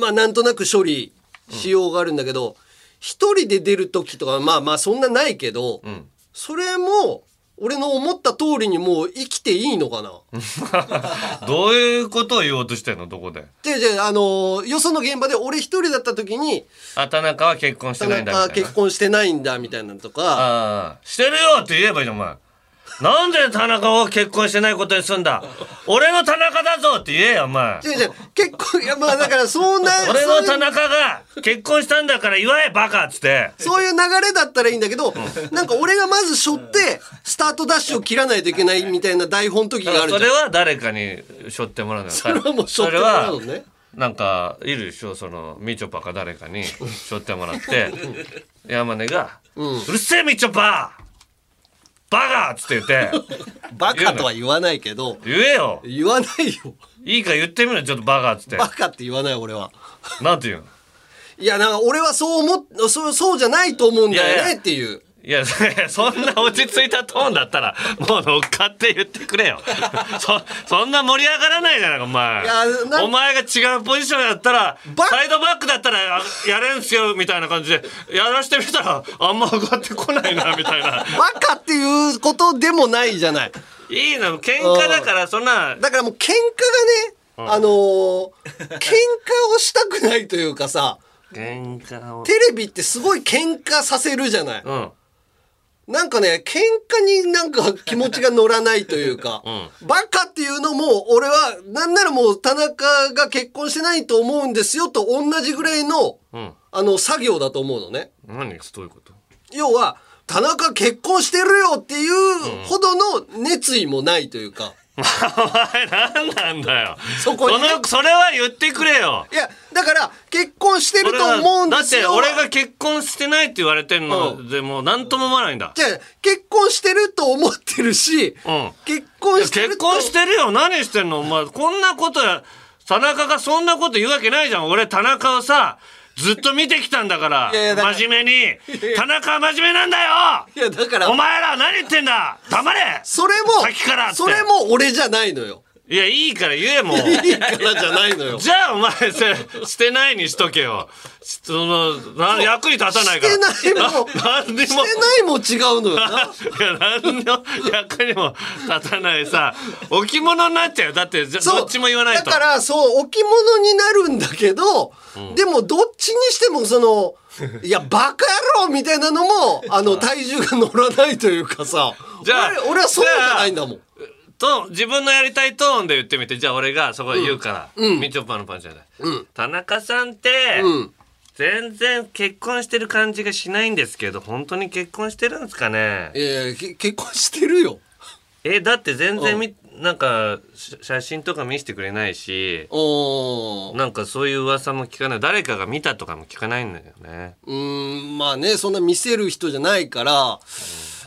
Speaker 2: まあなんとなく処理しようがあるんだけど、一人で出る時とかまあまあそんなないけど、
Speaker 1: うん
Speaker 2: それも俺の思った通りにもう生きていいのかな
Speaker 1: どういうことを言おうとしてんのどこで
Speaker 2: じゃあじゃああのーよその現場で俺一人だった時に
Speaker 1: あ田中は結婚し
Speaker 2: 田
Speaker 1: てないんだみ
Speaker 2: 中
Speaker 1: たいな
Speaker 2: 結婚してないんだみたいなのとか
Speaker 1: ああしてるよって言えばいいのお前なんで田中は結婚してないことにすんだ俺の田中だぞって言えよお前
Speaker 2: じゃあじゃあ結婚いやまあだからそんな
Speaker 1: 俺
Speaker 2: そ
Speaker 1: の
Speaker 2: ういう
Speaker 1: 田中が結婚したんだから祝えバカっつって
Speaker 2: そういう流れだったらいいんだけど、なんか俺がまず背負って、スタートダッシュを切らないといけないみたいな台本の時があるじ
Speaker 1: そ
Speaker 2: ゃん
Speaker 1: れ。は誰かに背負ってもらうのよそ
Speaker 2: れはもう背負ってもらうのね
Speaker 1: れはなんかいるでしょそのみちょぱか誰かに背負ってもらって山根が「うるせえみちょぱバカ!」っつって言って
Speaker 2: バカとは言わないけど、
Speaker 1: 言えよ
Speaker 2: 言わないよ。
Speaker 1: いいから言ってみろちょっとバカっつって
Speaker 2: バカって言わない俺は。
Speaker 1: なんて言うの
Speaker 2: いや、なんか俺はそう思っ、そう、そうじゃないと思うん
Speaker 1: い
Speaker 2: だよ
Speaker 1: やい
Speaker 2: ね
Speaker 1: や
Speaker 2: っていう。
Speaker 1: いや、 そんな落ち着いたトーンだったら、もう乗っかって言ってくれよ。 そ、そんな盛り上がらないじゃないか、お前
Speaker 2: いやな。ん
Speaker 1: お前が違うポジションやったら、
Speaker 2: バ
Speaker 1: サイドバックだったらややれんすよ、みたいな感じで、やらしてみたら、あんま上がってこないな、みたいな。
Speaker 2: バカっていうことでもないじゃない。
Speaker 1: いいな、喧嘩だから、そんな、
Speaker 2: だからもう喧嘩がね、あのー喧嘩をしたくないというかさ、
Speaker 1: 喧嘩を
Speaker 2: テ。レビってすごい喧嘩させるじゃない。
Speaker 1: うん。
Speaker 2: なんかね、喧嘩になんか気持ちが乗らないとい うか、バカっていうのも、俺は、なんならもう田中が結婚してないと思うんですよと同じぐらいの、
Speaker 1: うん。
Speaker 2: あの、作業だと思うのね。
Speaker 1: 何どういうこと
Speaker 2: 要は、田中結婚してるよっていうほどの熱意もないというか。
Speaker 1: お前、何なんだよ。
Speaker 2: そこにね
Speaker 1: のそれは言ってくれよ。
Speaker 2: いや、だから、結婚してる
Speaker 1: 俺
Speaker 2: と
Speaker 1: は
Speaker 2: 思うんですよ。
Speaker 1: だって俺が結婚してないって言われてん
Speaker 2: う
Speaker 1: のでもう何とも思わないんだ
Speaker 2: じゃあ結婚してると思ってるし、
Speaker 1: うん
Speaker 2: 結婚してる
Speaker 1: 結
Speaker 2: と
Speaker 1: 婚してるよ何してんのお前こんなことや田中がそんなこと言うわけないじゃん俺田中をさずっと見てきたんだから
Speaker 2: いやいやだから
Speaker 1: 真面目に田中は真面目なんだ
Speaker 2: いやだから
Speaker 1: よお前ら何言ってんだ黙れ
Speaker 2: それも
Speaker 1: 先からって
Speaker 2: それも俺じゃないのよ
Speaker 1: いやいいから言えもう
Speaker 2: いいから じゃない のよ
Speaker 1: じゃあお前せ捨てないにしとけよそのな役に立たないから
Speaker 2: してないも
Speaker 1: な何に
Speaker 2: して
Speaker 1: も
Speaker 2: ないも違う のよない
Speaker 1: や何の役にも立たないさ置物になっちゃうよだってじゃ
Speaker 2: そう
Speaker 1: どっちも言わないと
Speaker 2: だからそう置物になるんだけど、でもどっちにしてもそ のいやバカ野郎みたいなのもあの体重が乗らないというかさ
Speaker 1: じゃあ
Speaker 2: 俺俺はそうじゃないんだもん
Speaker 1: と自分のやりたいトーンで言ってみてじゃあ俺がそこ言うから、みちょぱのパンチじゃない、田中さんって、
Speaker 2: うん
Speaker 1: 全然結婚してる感じがしないんですけど本当に結婚してるんですかね
Speaker 2: いやいやけ結婚してるよ
Speaker 1: えだって全然み、なんかし写真とか見せてくれないし
Speaker 2: おー
Speaker 1: なんかそういう噂も聞かない誰かが見たとかも聞かないんだよね
Speaker 2: うーんまあねそんな見せる人じゃないから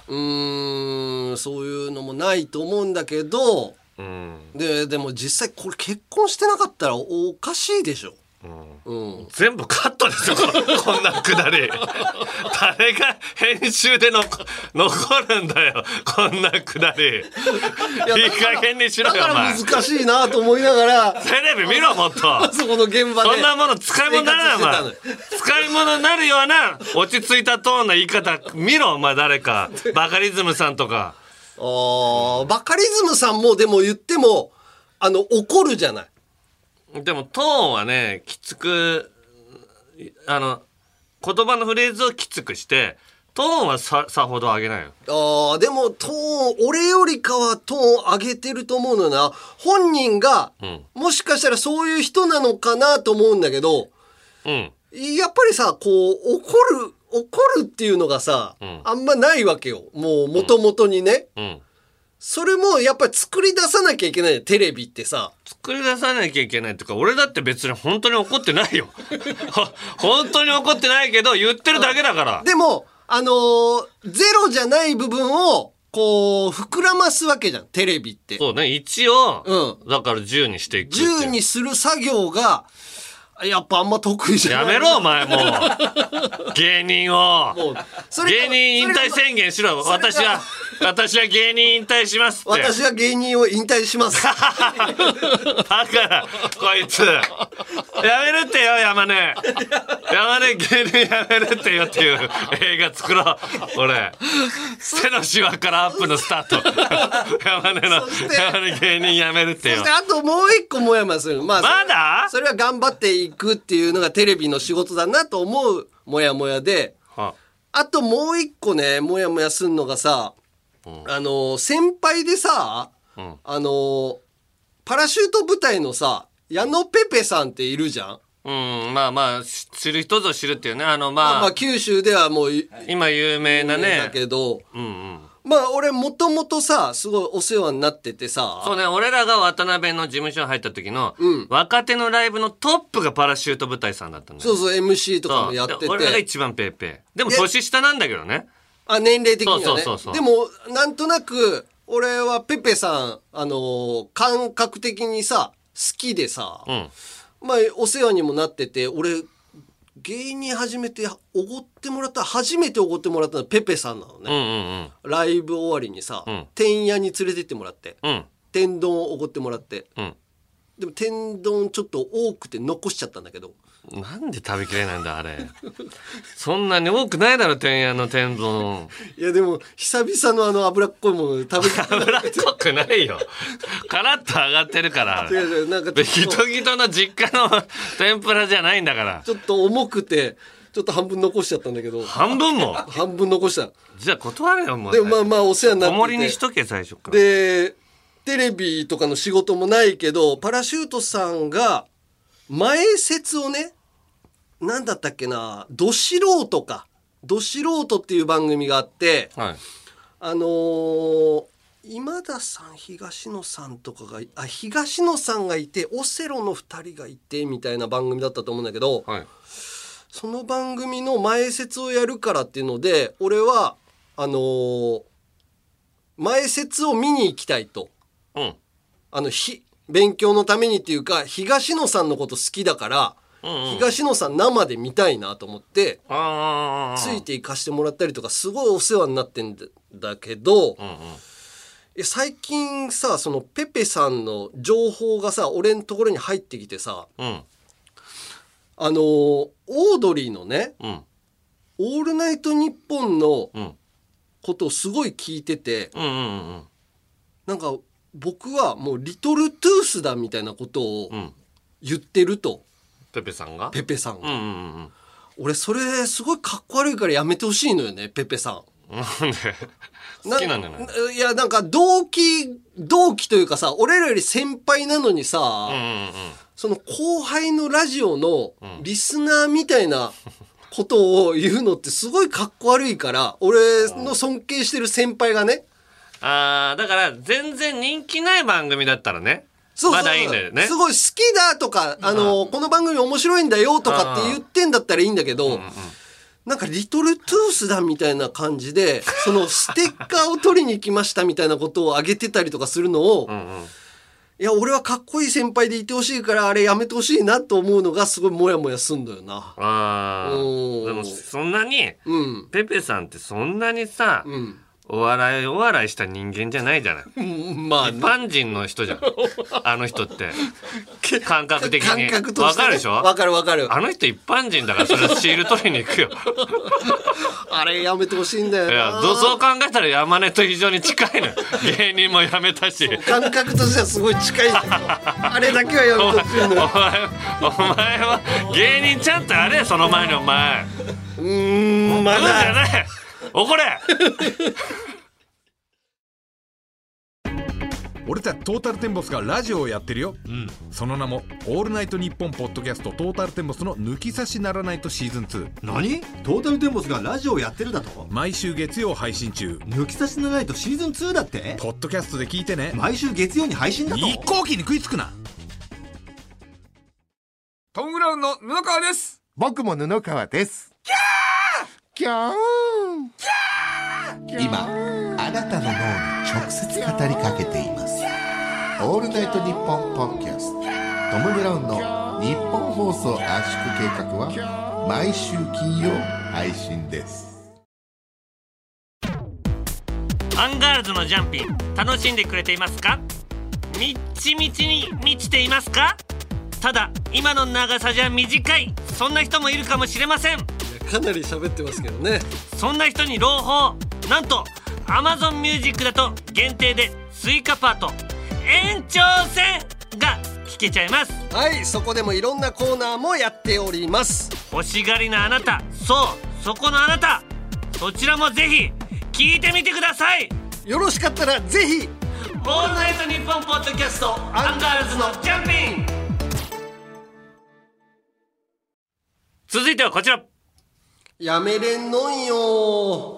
Speaker 2: うーんそういうのもないと思うんだけど
Speaker 1: うん、
Speaker 2: ででも実際これ結婚してなかったらおかしいでしょ
Speaker 1: うん、
Speaker 2: うん
Speaker 1: 全部カットでしょ ここんなくだり誰が編集での残るんだよこんなくだりい
Speaker 2: や
Speaker 1: い加減にし
Speaker 2: だ
Speaker 1: ろ
Speaker 2: か
Speaker 1: よお
Speaker 2: ら
Speaker 1: 前
Speaker 2: 難しいなと思いながら、
Speaker 1: テレビ見ろもっと
Speaker 2: そこの現場で。
Speaker 1: そんなもの使い物にならないお前
Speaker 2: 生活して
Speaker 1: 使い物になるような落ち着いたトーンの言い方見ろお前誰かバカリズムさんとか
Speaker 2: たのよあーバカリズムさんもでも言っても、あの、怒るじゃない。
Speaker 1: でもトーンはねきつくあの言葉のフレーズをきつくしてトーンはささほど上げないよ
Speaker 2: あーでもトーン、俺よりかはトーン上げてると思うのよな。本人が、
Speaker 1: ん
Speaker 2: もしかしたらそういう人なのかなと思うんだけど、
Speaker 1: うん
Speaker 2: やっぱりさ、こう、怒る、怒るっていうのがさ、
Speaker 1: ん
Speaker 2: あんまないわけよ。もう、元々にね。
Speaker 1: うん
Speaker 2: それもやっぱり作り出さなきゃいけないよテレビってさ。
Speaker 1: 作り出さなきゃいけないとか俺だって別に本当に怒って ないよほ本当に怒ってないけど言ってるだけだから
Speaker 2: でも、あのーゼロじゃない部分を、こう、膨らますわけじゃん、テレビって。
Speaker 1: そうね一応、
Speaker 2: う
Speaker 1: だから10にしていくっていう
Speaker 2: 10にする作業が、やっぱあんま得意じゃ
Speaker 1: や
Speaker 2: な
Speaker 1: め
Speaker 2: い。
Speaker 1: ろお前も う芸人を
Speaker 2: もうそれ
Speaker 1: 芸
Speaker 2: が
Speaker 1: 人引退宣言しろ
Speaker 2: それが
Speaker 1: 私は私は芸人引退しますって
Speaker 2: 私は芸人を引退 します。
Speaker 1: だからこいつやめるってよ山根山根芸人やめるってよっていう映画作ろう俺背のシワからアップのスタート山根の
Speaker 2: そして
Speaker 1: 山根芸人やめるって
Speaker 2: そ
Speaker 1: よ
Speaker 2: してあともう一個もやもやする。まあ、
Speaker 1: まだ
Speaker 2: それは頑張っていくっていうのがテレビの仕事だなと思うもやもやで、
Speaker 1: は
Speaker 2: あともう一個ね、もやもやすんのがさ、あの、先輩でさ、
Speaker 1: うん
Speaker 2: あの、パラシュート部隊のさ、矢野ペペさんっているじゃん。
Speaker 1: うんまあまあし知る人ぞ知るっていうねあのま
Speaker 2: ま
Speaker 1: あ、
Speaker 2: あ、まあ、九州ではもう、
Speaker 1: 今有名な
Speaker 2: だ
Speaker 1: ね
Speaker 2: けど、
Speaker 1: うんうん
Speaker 2: まあ、俺もともとさ、すごいお世話になってて
Speaker 1: そ
Speaker 2: さ、
Speaker 1: うね俺らが渡辺の事務所に入った時の、
Speaker 2: うん
Speaker 1: 若手のライブのトップがパラシュート部隊さんだったんだよ
Speaker 2: そうそう、MC とかもやって
Speaker 1: で俺らが
Speaker 2: て、
Speaker 1: 一番ペーペーでも
Speaker 2: で
Speaker 1: 年下なんだけどね
Speaker 2: あ、年齢的にはね。
Speaker 1: そうそうそうそう
Speaker 2: でも、なんとなく、俺はペペさん、あのー感覚的にさ、好きでさ、
Speaker 1: うん
Speaker 2: まあ、お世話にもなってて、俺、芸人始めて、おごってもらった、初めておごってもらったのはペペさんな
Speaker 1: う
Speaker 2: の
Speaker 1: んう
Speaker 2: ね。
Speaker 1: ん
Speaker 2: ライブ終わりにさ、
Speaker 1: うん
Speaker 2: 天屋に連れてってもらって、
Speaker 1: うんうん
Speaker 2: 天丼をおごってもらって、
Speaker 1: う
Speaker 2: でも天丼ちょっと多くて残しちゃったんだけど、
Speaker 1: んなんで食べきれないんだあれ そんなに多くないだろ天屋の天 丼
Speaker 2: いやでも、久々のあの脂っこいもので食べて
Speaker 1: 脂っこくないよカラッと上がってるから
Speaker 2: 違う違うなんかちょ
Speaker 1: で
Speaker 2: っ
Speaker 1: ギ
Speaker 2: と
Speaker 1: トギトの実家の天ぷらじゃないんだから
Speaker 2: ちょっと重くて、ちょっと半分残しちゃったんだけど、
Speaker 1: 半分も
Speaker 2: 半分残した。
Speaker 1: じゃあ断れよもう
Speaker 2: でもまあまあお世話になって
Speaker 1: 小
Speaker 2: て。
Speaker 1: 盛りにしとけ最初から
Speaker 2: でテレビとかの仕事もないけどパラシュートさんが前説をね何だったっけな「ど素人」か「ど素人」っていう番組があって
Speaker 1: はい
Speaker 2: あのー今田さん東野さんとかがあ東野さんがいてオセロの2人がいてみたいな番組だったと思うんだけど
Speaker 1: はい
Speaker 2: その番組の前説をやるからっていうので俺はあのー前説を見に行きたいと。
Speaker 1: うん
Speaker 2: あの、ひ、勉強のためにっていうか、東野さんのこと好きだから、
Speaker 1: うんうん
Speaker 2: 東野さん生で見たいなと思って
Speaker 1: ああ
Speaker 2: ついて行かしてもらったりとかすごいお世話になってんだだけど
Speaker 1: うんうん
Speaker 2: え最近さそのペペさんの情報がさ俺のところに入ってきてさ
Speaker 1: うん
Speaker 2: あのーオードリーのね
Speaker 1: うん
Speaker 2: 「オールナイトニッポン」の
Speaker 1: うん
Speaker 2: ことをすごい聞いてて
Speaker 1: うんうんうん
Speaker 2: なんか僕はもうリトルトゥースだみたいなことを
Speaker 1: うん
Speaker 2: 言ってると
Speaker 1: ペペさんが
Speaker 2: ペペさん
Speaker 1: うん
Speaker 2: が
Speaker 1: うんうん
Speaker 2: 俺それすごいかっこ悪いからやめてほしいのよねペペさん。
Speaker 1: うんなんで好きなんじゃない
Speaker 2: いやなんか同期同期というかさ俺らより先輩なのにさ、
Speaker 1: うんうんうん
Speaker 2: その後輩のラジオのリスナーみたいなことを言うのってすごいかっこ悪いから俺の尊敬してる先輩がね
Speaker 1: ああだから全然人気ない番組だったらね
Speaker 2: そうそ
Speaker 1: ま
Speaker 2: う
Speaker 1: だいいんだよね
Speaker 2: すごい好きだとかあの、この番組面白いんだよとかって言ってんだったらいいんだけど、なんかリトルトゥースだみたいな感じでそのステッカーを取りに来ましたみたいなことをあげてたりとかするのを、
Speaker 1: うんうん
Speaker 2: いや、俺はかっこいい先輩でいてほしいから、あれやめてほしいなと思うのがすごいモヤモヤすんだよな。
Speaker 1: ああ
Speaker 2: おー
Speaker 1: でもそんなに
Speaker 2: うん。
Speaker 1: ペペさんってそんなにさ、
Speaker 2: うん。
Speaker 1: お笑いお笑いした人間じゃないじゃない
Speaker 2: うんまあ
Speaker 1: 一
Speaker 2: ね、
Speaker 1: 般人の人じゃん あの人って感覚的に
Speaker 2: 感覚として、ね。
Speaker 1: わかるでしょ
Speaker 2: わかるわかる。あ
Speaker 1: あの人一般人だからそれはシール取りに行くよ
Speaker 2: れやめてほしいんだよ
Speaker 1: い
Speaker 2: な。
Speaker 1: やどそう考えたら山根と非常に近いのよ芸人も辞めたし
Speaker 2: 感覚としてはすごい近いんだけどあれだけ はやめてほしい
Speaker 1: お
Speaker 2: の
Speaker 1: 前お
Speaker 2: よ。
Speaker 1: 前は芸人ちゃんとやれよその前にお前
Speaker 2: うーん、ま
Speaker 1: うんじゃ
Speaker 2: だ。
Speaker 1: ない怒れ
Speaker 4: 俺たちトータルテンボスがラジオをやってるよ、その名も「オールナイトニッポン」ポッドキャストトータルテンボスの「抜き差しならないと」シーズン2
Speaker 5: 何トータルテンボスがラジオやってるだと
Speaker 4: 毎週月曜配信中
Speaker 5: 抜き差しならないとシーズン2だって
Speaker 4: ポッドキャストで聞いてね
Speaker 5: 毎週月曜に配信だと
Speaker 4: 一向機に食いつくな
Speaker 6: トム・ブラウンの布川です
Speaker 7: 僕も布川です。キャーキャー
Speaker 8: 今あなたの脳に直接語りかけています「オールナイトニッポン」ポッドキャストトム・ブラウンの日本放送圧縮計画は毎週金曜配信です
Speaker 1: アンガールズのジャンピン楽しんでくれていますかみっちみちに満ちていますかただ今の長さじゃ短いそんな人もいるかもしれません
Speaker 2: かなり喋ってますけどね。
Speaker 1: そんな人に朗報なんと Amazon Music だと限定でスイカパート延長戦が聞けちゃいます
Speaker 2: はい、そこでもいろんなコーナーもやっております。
Speaker 1: 欲しがりなあなたそうそこのあなたそちらもぜひ聞いてみてください
Speaker 2: よろしかったらぜひ
Speaker 1: オールナイトニッポンポッドキャストアンガールズのジャンピン続いてはこちら
Speaker 2: やめれんのんよ。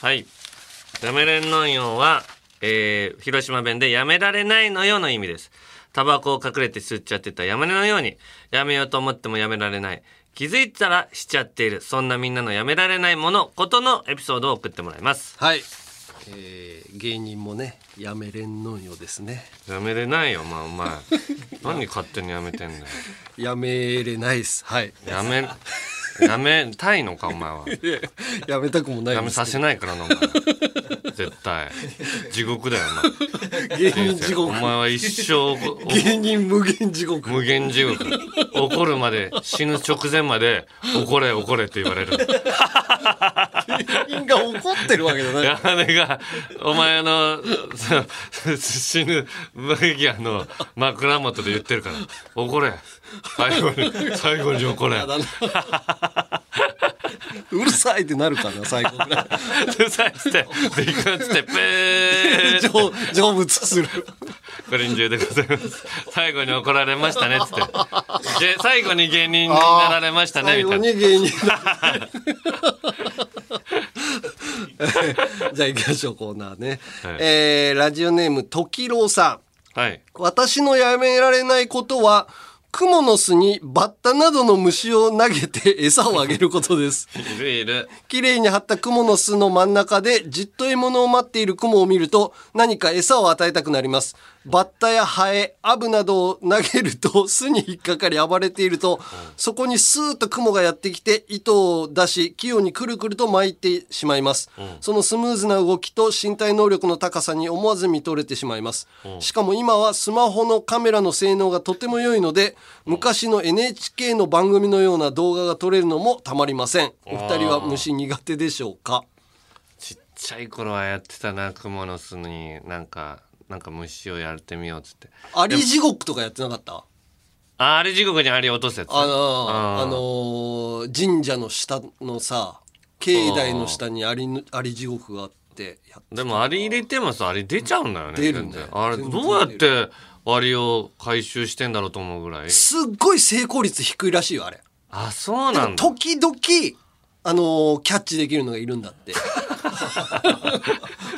Speaker 1: はい「やめれんのんよ」は、えー広島弁で「やめられないのよ」の意味ですタバコを隠れて吸っちゃってたやめれのようにやめようと思ってもやめられない気づいたらしちゃっているそんなみんなのやめられないものことのエピソードを送ってもらいます
Speaker 2: はい。えー、芸人もね、やめれんのんよですね。
Speaker 1: やめれないよまあお前何勝手にやめてんだよ
Speaker 2: やめれないです。はい。
Speaker 1: や めやめたいのかお前は
Speaker 2: やめたくもない
Speaker 1: や
Speaker 2: で
Speaker 1: め
Speaker 2: す
Speaker 1: さ
Speaker 2: け
Speaker 1: せないからな お前絶対地獄だよ
Speaker 2: ど。芸人地
Speaker 1: なお
Speaker 2: 獄。
Speaker 1: 前は一生おこ
Speaker 2: 芸人無限地獄。
Speaker 1: 無限地獄怒るまで死ぬ直前まで怒れ怒れって言われる
Speaker 2: 芸人が怒ってるわけじゃない。
Speaker 1: 山根がお前のそう死ぬ間際の枕元で言ってるから怒れ最後に最後に怒れ
Speaker 2: やだなうるさいってなるかな、最後ぐら い。
Speaker 1: でさしてビクンってペー
Speaker 2: 成成仏する。
Speaker 1: ご臨終でございます。 最後に怒られましたねっつって。で最後に芸人になられましたねみ
Speaker 2: 最後
Speaker 1: たいな。
Speaker 2: に芸人だ。 じゃあ行きましょう、コーナーね。
Speaker 1: はい
Speaker 2: えーラジオネーム、時郎さん。
Speaker 1: はい。
Speaker 2: 私のやめられないことは、クモの巣にバッタなどの虫を投げて餌をあげることです。
Speaker 1: いるいる。
Speaker 2: 綺麗に張った蜘蛛の巣の真ん中でじっと獲物を待っている蜘蛛を見ると何か餌を与えたくなります。バッタやハエ、アブなどを投げると巣に引っかかり暴れていると、そこにスーッと蜘蛛がやってきて糸を出し器用にくるくると巻いてしまいます。そのスムーズな動きと身体能力の高さに思わず見とれてしまいます。しかも今はスマホのカメラの性能がとても良いので、昔の NHK の番組のような動画が撮れるのもたまりません。お二人は虫苦手でしょうか
Speaker 1: ちっちゃい頃はやってたな、蜘蛛の巣に、なんか、なんか虫をやってみようっつって。
Speaker 2: アリ地獄とかやってなかった
Speaker 1: ああれ地獄にアリ落とすやつ。
Speaker 2: あのー、あのー神社の下のさ、境内の下にアリのアリ地獄があってやっ
Speaker 1: でもアリ入れてもさ、アリ出ちゃうんだよね。
Speaker 2: 出るんだよ
Speaker 1: 全然あれ、
Speaker 2: 全然
Speaker 1: どうやってアリを回収してんだろうと思うぐらい。
Speaker 2: すっごい成功率低いらしいよ、あれ。
Speaker 1: あ、そう
Speaker 2: で
Speaker 1: な
Speaker 2: も
Speaker 1: んだ。
Speaker 2: 時々、あのーキャッチできるのがいるんだって。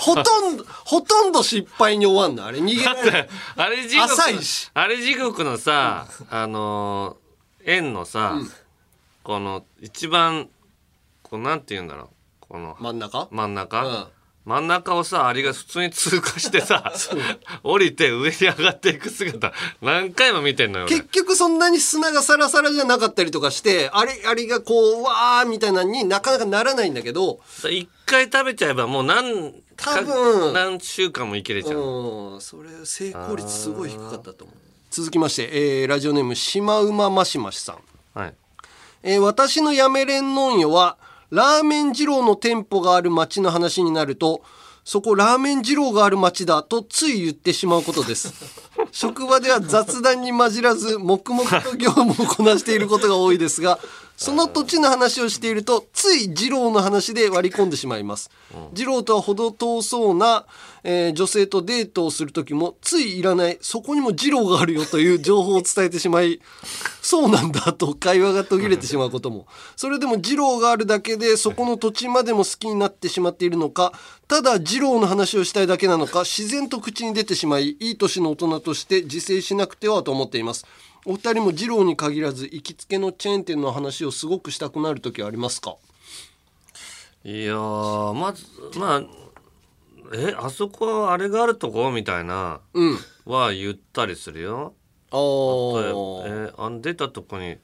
Speaker 2: ほとんど、ほとんど失敗に終わんの。あれ、逃げられる。
Speaker 1: あれ地獄
Speaker 2: 浅いし
Speaker 1: あれ地獄のさ、あのー円のさ、この一番こうなんて言うんだろうこの
Speaker 2: 真ん中
Speaker 1: 真ん中、
Speaker 2: うん
Speaker 1: 真ん中をさアリが普通に通過して さ降りて上に上がっていく姿何回も見てんのよ俺
Speaker 2: 結局そんなに砂がサラサラじゃなかったりとかして、あれ、あれがこう、うわーみたいなのになかなかならないんだけど、
Speaker 1: 一回食べちゃえばもう何
Speaker 2: 多分
Speaker 1: 何週間も生きれちゃう、
Speaker 2: うん、それ成功率すごい低かったと思う。続きまして、えーラジオネーム、シマウママシマシさん。
Speaker 1: はい
Speaker 2: えー私のやめれんのんよは、ラーメン二郎の店舗がある町の話になると、そこラーメン二郎がある町だとつい言ってしまうことです。職場では雑談に混じらず、黙々と業務をこなしていることが多いですが、その土地の話をしていると、つい二郎の話で割り込んでしまいます。二郎とは程遠そうな、えー女性とデートをする時も、ついいらない、そこにも二郎があるよという情報を伝えてしまい、そうなんだと会話が途切れてしまうことも。それでも二郎があるだけで、そこの土地までも好きになってしまっているのか、ただ二郎の話をしたいだけなのか、自然と口に出てしまい、いい年の大人として自制しなくてはと思っています。お二人も二郎に限らず、行きつけのチェーン店の話をすごくしたくなる時はありますか
Speaker 1: いやーまずまあえあそこはあれがあるとこみたいな、
Speaker 2: うん。
Speaker 1: は言ったりするよ。
Speaker 2: あ
Speaker 1: え
Speaker 2: ー。
Speaker 1: ー、あ出たとこに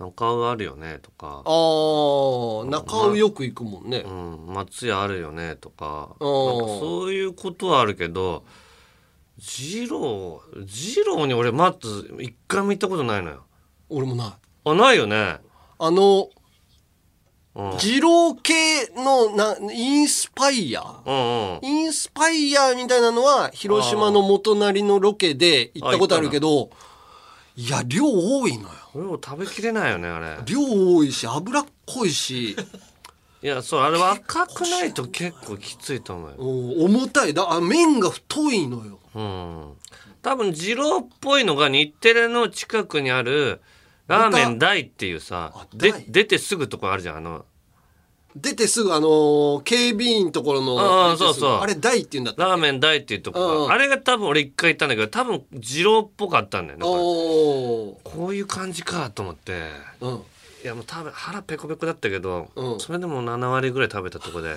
Speaker 1: 中尾あるよねとか
Speaker 2: あ、ー、中尾よく行くもんね
Speaker 1: う。ん、松屋あるよねとかなんか
Speaker 2: おー
Speaker 1: そういうことはあるけど二郎二郎に俺まず一回も行ったことないのよ。
Speaker 2: 俺もない。
Speaker 1: あないよね。
Speaker 2: あ
Speaker 1: う
Speaker 2: の、
Speaker 1: んうん
Speaker 2: 二郎系のな、インスパイア
Speaker 1: うん、
Speaker 2: インスパイアみたいなのは広島の元成のロケで行ったことあるけどいや量多いのよ
Speaker 1: これも食べきれないよねあれ。
Speaker 2: 量多いし脂っこいし
Speaker 1: いやそうあれ若くないと結構きついと思うよ。
Speaker 2: うん重たいだあ麺が太いのよ
Speaker 1: うん、多分二郎っぽいのが日テレの近くにあるラーメン大っていうさ
Speaker 2: あ
Speaker 1: で
Speaker 2: 大
Speaker 1: 出てすぐとこあるじゃんあの
Speaker 2: 出てすぐあのー警備員のところの
Speaker 1: あーそうそう
Speaker 2: あれ大って言うんだった
Speaker 1: ラーメン大っていうとこが、
Speaker 2: うん
Speaker 1: あれが多分俺一回行ったんだけど多分二郎っぽかったんだよねこ
Speaker 2: おー
Speaker 1: れこういう感じかと思って
Speaker 2: うん
Speaker 1: いやもう多分腹ペコペコだったけど、
Speaker 2: うん
Speaker 1: それでも7割ぐらい食べたとこで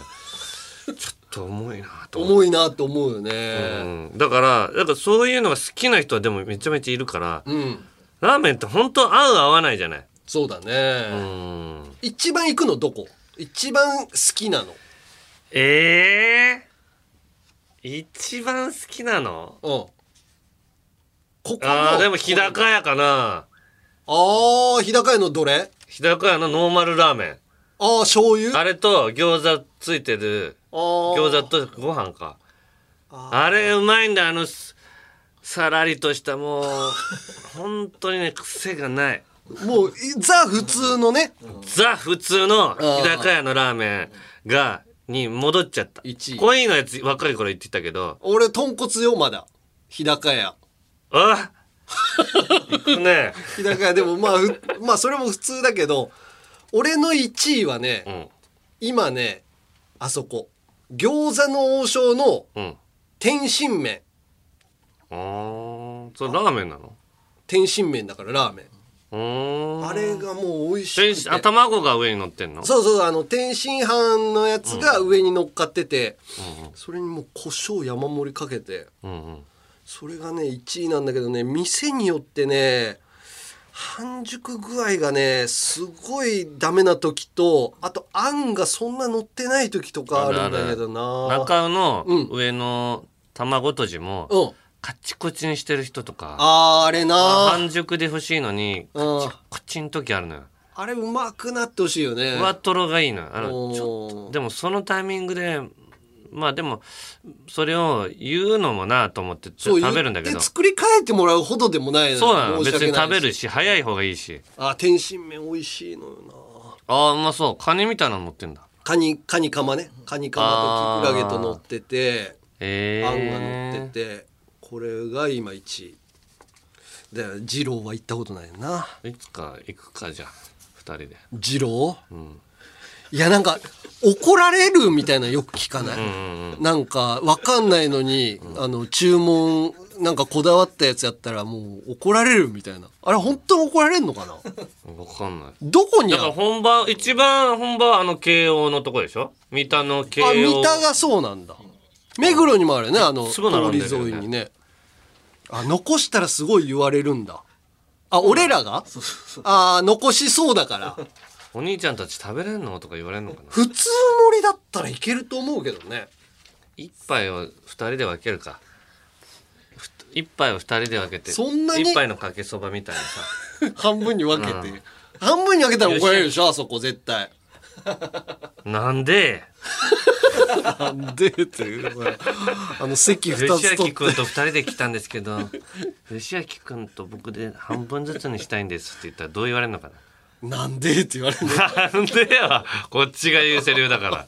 Speaker 1: ちょっと重いなと思って
Speaker 2: 重いなって思うよ
Speaker 1: う
Speaker 2: ね
Speaker 1: んだからだからそういうのが好きな人はでもめちゃめちゃいるから、
Speaker 2: うん、
Speaker 1: ラーメンって本当合う合わないじゃない
Speaker 2: そうだ
Speaker 1: う
Speaker 2: ね、
Speaker 1: ん
Speaker 2: 一番行くのどこ一番好きなの
Speaker 1: ええ一番好きなの
Speaker 2: うんここの
Speaker 1: あーでも日高屋かな
Speaker 2: ああ、日高屋のどれ
Speaker 1: 日高屋のノーマルラーメン
Speaker 2: ああ、醤油
Speaker 1: あれと餃子ついてる餃
Speaker 2: 餃
Speaker 1: 子とご飯かあれうまいんだあのすさらりとしたもう本当にね癖がない
Speaker 2: 子。もう、いザ普通のね、
Speaker 1: ザ普通の日高屋のラーメンがに戻っちゃった
Speaker 2: 一位
Speaker 1: コインのやつ若い頃言ってたけど
Speaker 2: 俺、豚骨よ、まだ。日高屋。
Speaker 1: あ行くね
Speaker 2: 日高屋、でもまあ、ふ まあ、それも普通だけど、俺の1位はね、
Speaker 1: うん
Speaker 2: 今ね、あそこ。餃子の王将の
Speaker 1: うん
Speaker 2: 天津麺。
Speaker 1: ああ、それラーメンなの
Speaker 2: 天津麺だからラーメン
Speaker 1: うーん
Speaker 2: あれがもう美味し
Speaker 1: 天
Speaker 2: く
Speaker 1: 津
Speaker 2: て
Speaker 1: あ卵が上に乗ってんの
Speaker 2: そうそうあの天津飯のやつが上に乗っかってて、それにもう胡椒山盛りかけて
Speaker 1: うんうん
Speaker 2: それがね1位なんだけどね店によってね半熟具合がねすごいダメな時とあとあんがそんな乗ってない時とかあるんだけどな
Speaker 1: 中の
Speaker 2: うん
Speaker 1: 上の卵とじも、
Speaker 2: うん
Speaker 1: カッチコチンしてる人とか
Speaker 2: あーあれな
Speaker 1: 半熟で欲しいのにカ
Speaker 2: うん
Speaker 1: ッチコチン時あるのよ
Speaker 2: あれうまくなってほしいよね
Speaker 1: ふわとろがいいのよあの
Speaker 2: おー
Speaker 1: ちょっとでもそのタイミングでまあでもそれを言うのもなと思ってちょ
Speaker 2: そう
Speaker 1: 食べるんだけ
Speaker 2: 言
Speaker 1: ど
Speaker 2: って
Speaker 1: そ
Speaker 2: 作り変えてもらうほどでもないのよ
Speaker 1: うなの
Speaker 2: 申し
Speaker 1: 別
Speaker 2: 訳
Speaker 1: に
Speaker 2: ない
Speaker 1: 食べるし早い方がいいし
Speaker 2: あ天津麺美味しいのよな
Speaker 1: ああうまそうカニみたいなの乗ってんだ
Speaker 2: カニカニカマねカニカマとキクラゲと乗っててあ
Speaker 1: え
Speaker 2: ん
Speaker 1: え
Speaker 2: が乗っててこれが今1位で二郎は行ったことないよない
Speaker 1: つか行くかじゃあ2人で
Speaker 2: 二郎、いやなんか怒られるみたいなのよく聞かない、なんかわかんないのに、あの注文なんかこだわったやつやったらもう怒られるみたいなあれ本当に怒られんのかな
Speaker 1: 分かんない
Speaker 2: どこに
Speaker 1: だ
Speaker 2: あ
Speaker 1: から
Speaker 2: る
Speaker 1: 本場一番本場はあの慶応のとこでしょ三田の慶応
Speaker 2: あ三田がそうなんだ目黒にもあるよねあの
Speaker 1: す
Speaker 2: 通
Speaker 1: ぐ並んで
Speaker 2: り
Speaker 1: るよね
Speaker 2: 沿いにねあ残したらすごい言われるんだあ俺らがあー残しそうだから
Speaker 1: お兄ちゃんたち食べれんのとか言われんのかな
Speaker 2: 普通盛りだったらいけると思うけどね
Speaker 1: 一杯を二人で分けるかふ一杯を二人で分けて
Speaker 2: そんなに
Speaker 1: 一杯のかけそばみたいなさ
Speaker 2: 半分に分け
Speaker 1: うん
Speaker 2: て半分に分けたら怒られるでしょあそこ絶対
Speaker 1: なんで
Speaker 2: なんでっていうのが あの席2
Speaker 1: 吉
Speaker 2: つ
Speaker 1: 明
Speaker 2: 取っ
Speaker 1: 君と二人で来たんですけど吉明君と僕で半分ずつにしたいんですって言ったらどう言われるのかな
Speaker 2: なんでって言われるね
Speaker 1: なんでやこっちが言うセリフだから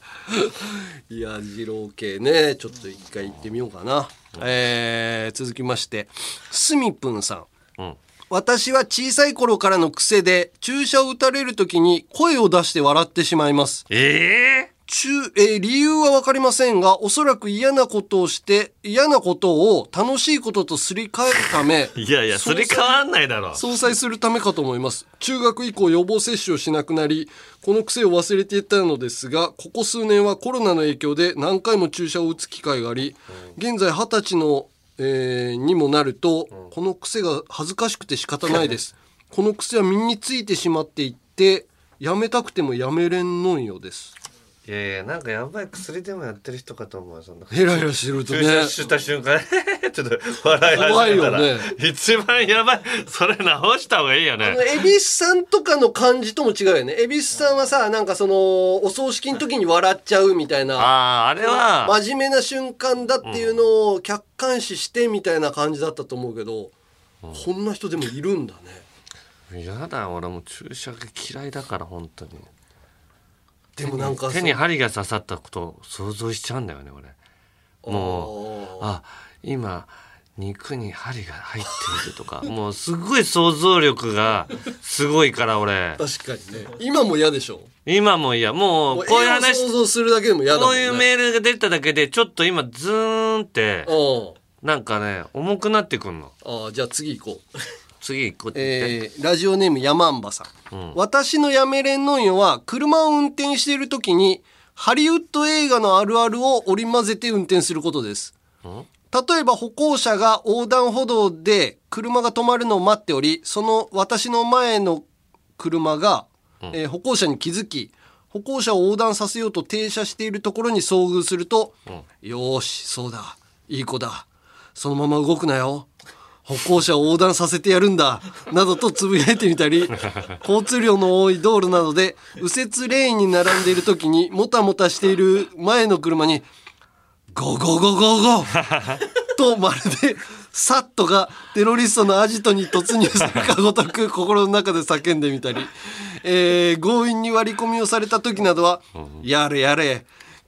Speaker 2: いや二郎系ねちょっと一回行ってみようかな、えー続きましてすみぷんさん
Speaker 1: うん
Speaker 2: 私は小さい頃からの癖で注射を打たれる時に声を出して笑ってしまいます
Speaker 1: ええ
Speaker 2: 中、えー理由は分かりませんがおそらく嫌なことをして嫌なことを楽しいこととすり替えるため
Speaker 1: いやいやすり替わんないだろ
Speaker 2: 相殺するためかと思います中学以降予防接種をしなくなりこの癖を忘れていたのですがここ数年はコロナの影響で何回も注射を打つ機会があり現在二十歳の、えーにもなるとこの癖が恥ずかしくて仕方ないですこの癖は身についてしまっていってやめたくてもやめれんのんよです
Speaker 1: いやいやなんかやばい薬でもやってる人かと思うよそんな
Speaker 2: ヘラヘラしてるとね
Speaker 1: 注射した瞬間、 ちょっと笑い始めたら、
Speaker 2: 怖いよね
Speaker 1: 一番やばいそれ直した方がいいよ
Speaker 2: あの
Speaker 1: ね
Speaker 2: 恵比寿さんとかの感じとも違うよね恵比寿さんはさなんかそのお葬式の時に笑っちゃうみたいな
Speaker 1: あああれは
Speaker 2: 真面目な瞬間だっていうのを客観視してみたいな感じだったと思うけど、こんな人でもいるんだね
Speaker 1: やだ俺もう注射が嫌いだから本当に
Speaker 2: でもなんか
Speaker 1: 手に針が刺さったことを想像しちゃうんだよね俺もうあ今肉に針が入っていると かもうすごい想像力がすごいから俺
Speaker 2: 確かにね今も嫌でしょ
Speaker 1: 今もいやもう
Speaker 2: もう
Speaker 1: こういう
Speaker 2: 絵を
Speaker 1: 話
Speaker 2: 想像するだけでも嫌だも
Speaker 1: こ
Speaker 2: ん
Speaker 1: う
Speaker 2: ね
Speaker 1: いうメールが出ただけでちょっと今ズーンって
Speaker 2: うん
Speaker 1: なんかね重くなってくんの
Speaker 2: ああじゃあ次行こう
Speaker 1: 次行こうって言って、
Speaker 2: えーラジオネームヤマンバさん、私のやめれんのんよは車を運転している時にハリウッド映画のあるあるを織り交ぜて運転することです例えば歩行者が横断歩道で車が止まるのを待っておりその私の前の車が、えー歩行者に気づき歩行者を横断させようと停車しているところに遭遇すると「よーしそうだいい子だそのまま動くなよ歩行者を横断させてやるんだなどとつぶやいてみたり交通量の多い道路などで右折レーンに並んでいる時にもたもたしている前の車に「ゴーゴーゴーゴーゴー」とまるでサットがテロリストのアジトに突入するかごとく心の中で叫んでみたり、えー強引に割り込みをされた時などは「やれやれ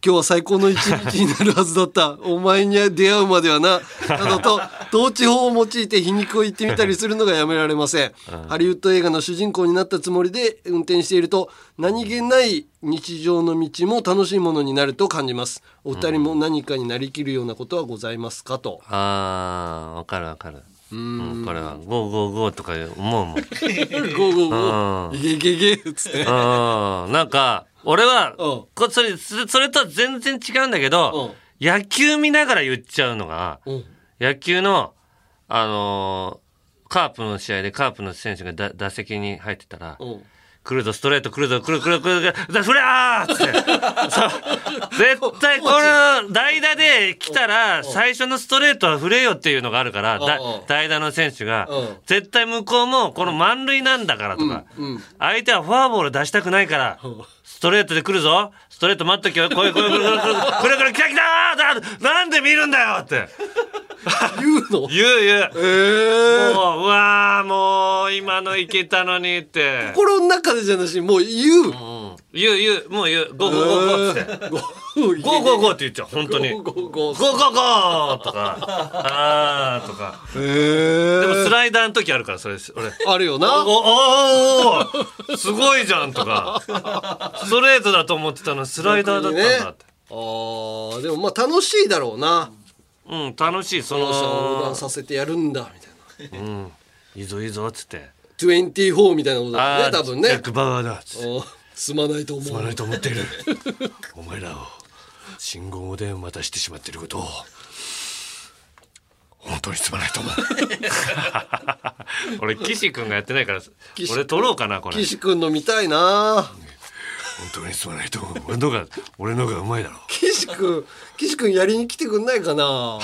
Speaker 2: 今日は最高の一日になるはずだったお前に出会うまではな」などと統治法を用いて皮肉を言ってみたりするのがやめられません、ハリウッド映画の主人公になったつもりで運転していると何気ない日常の道も楽しいものになると感じますお二人も何かになりきるようなことはございますかと、
Speaker 1: あーわかるわかるうん、これは「ゴーゴーゴー」とか思うもん
Speaker 2: ゴーゴーゴ
Speaker 1: あ
Speaker 2: ー。いけいけいけっつって。
Speaker 1: うんなんか俺は
Speaker 2: うん
Speaker 1: こそれそれそれとは全然違うんだけど野球見ながら言っちゃうのが
Speaker 2: うん。
Speaker 1: 野球のあのーカープの試合でカープの選手がだ打席に入ってたら
Speaker 2: うん。
Speaker 1: 来るぞストレート来るぞ来る来る来る来るそりゃーっつってそう絶対この代打で来たら最初のストレートは振れよっていうのがあるからだ
Speaker 2: うんうん
Speaker 1: 代打の選手が
Speaker 2: うん
Speaker 1: 絶対向こうもこの満塁なんだからとか
Speaker 2: うん。
Speaker 1: 相手はフォアボール出したくないからストレートで来るぞストレート待っとけよこれこれこれこれこれこれ来た来たーだなんで見るんだよって
Speaker 2: 言うの
Speaker 1: 言う言う。
Speaker 2: ええ。
Speaker 1: もううわーもう今のいけたのにって。
Speaker 2: 心の中でじゃなし、もう
Speaker 1: う
Speaker 2: 言う。
Speaker 1: ん言う言うもう言うゴーゴーゴーゴーっつって
Speaker 2: ゴ
Speaker 1: ゴ
Speaker 2: ー
Speaker 1: ーゴーゴーって言っちゃう本当にゴーゴー
Speaker 2: ゴーゴーゴ
Speaker 1: ゴ
Speaker 2: ー。
Speaker 1: ーとかあーとかでも
Speaker 2: え
Speaker 1: スライダーの時あるからそれ俺
Speaker 2: え。あるよ
Speaker 1: おお
Speaker 2: な。
Speaker 1: ーおーすごいじゃんとかストレートだと思ってたのスライダーだったんだって
Speaker 2: あーでもまあ楽しいだろうな。
Speaker 1: うん楽しいそ
Speaker 2: この人を横断
Speaker 1: の
Speaker 2: させてやるんだみたいな。
Speaker 1: いいぞいいぞっつって
Speaker 2: 24みたいなことだよね
Speaker 1: ー
Speaker 2: 多分
Speaker 1: ジャ
Speaker 2: ね
Speaker 1: ッ。クバウアーだっつって
Speaker 2: うんすまないと思う。
Speaker 1: 言わないと思っているお前らを信号を電話出してしまっていることを本当にすまないと思う 俺岸君がやってないから
Speaker 2: 岸
Speaker 1: 俺取ろうかなこれ本
Speaker 2: 岸君の見たいな。
Speaker 1: 当にすまないと思う俺のが俺のがうまいだろ
Speaker 2: 岸君、岸君やりに来てくんないかな。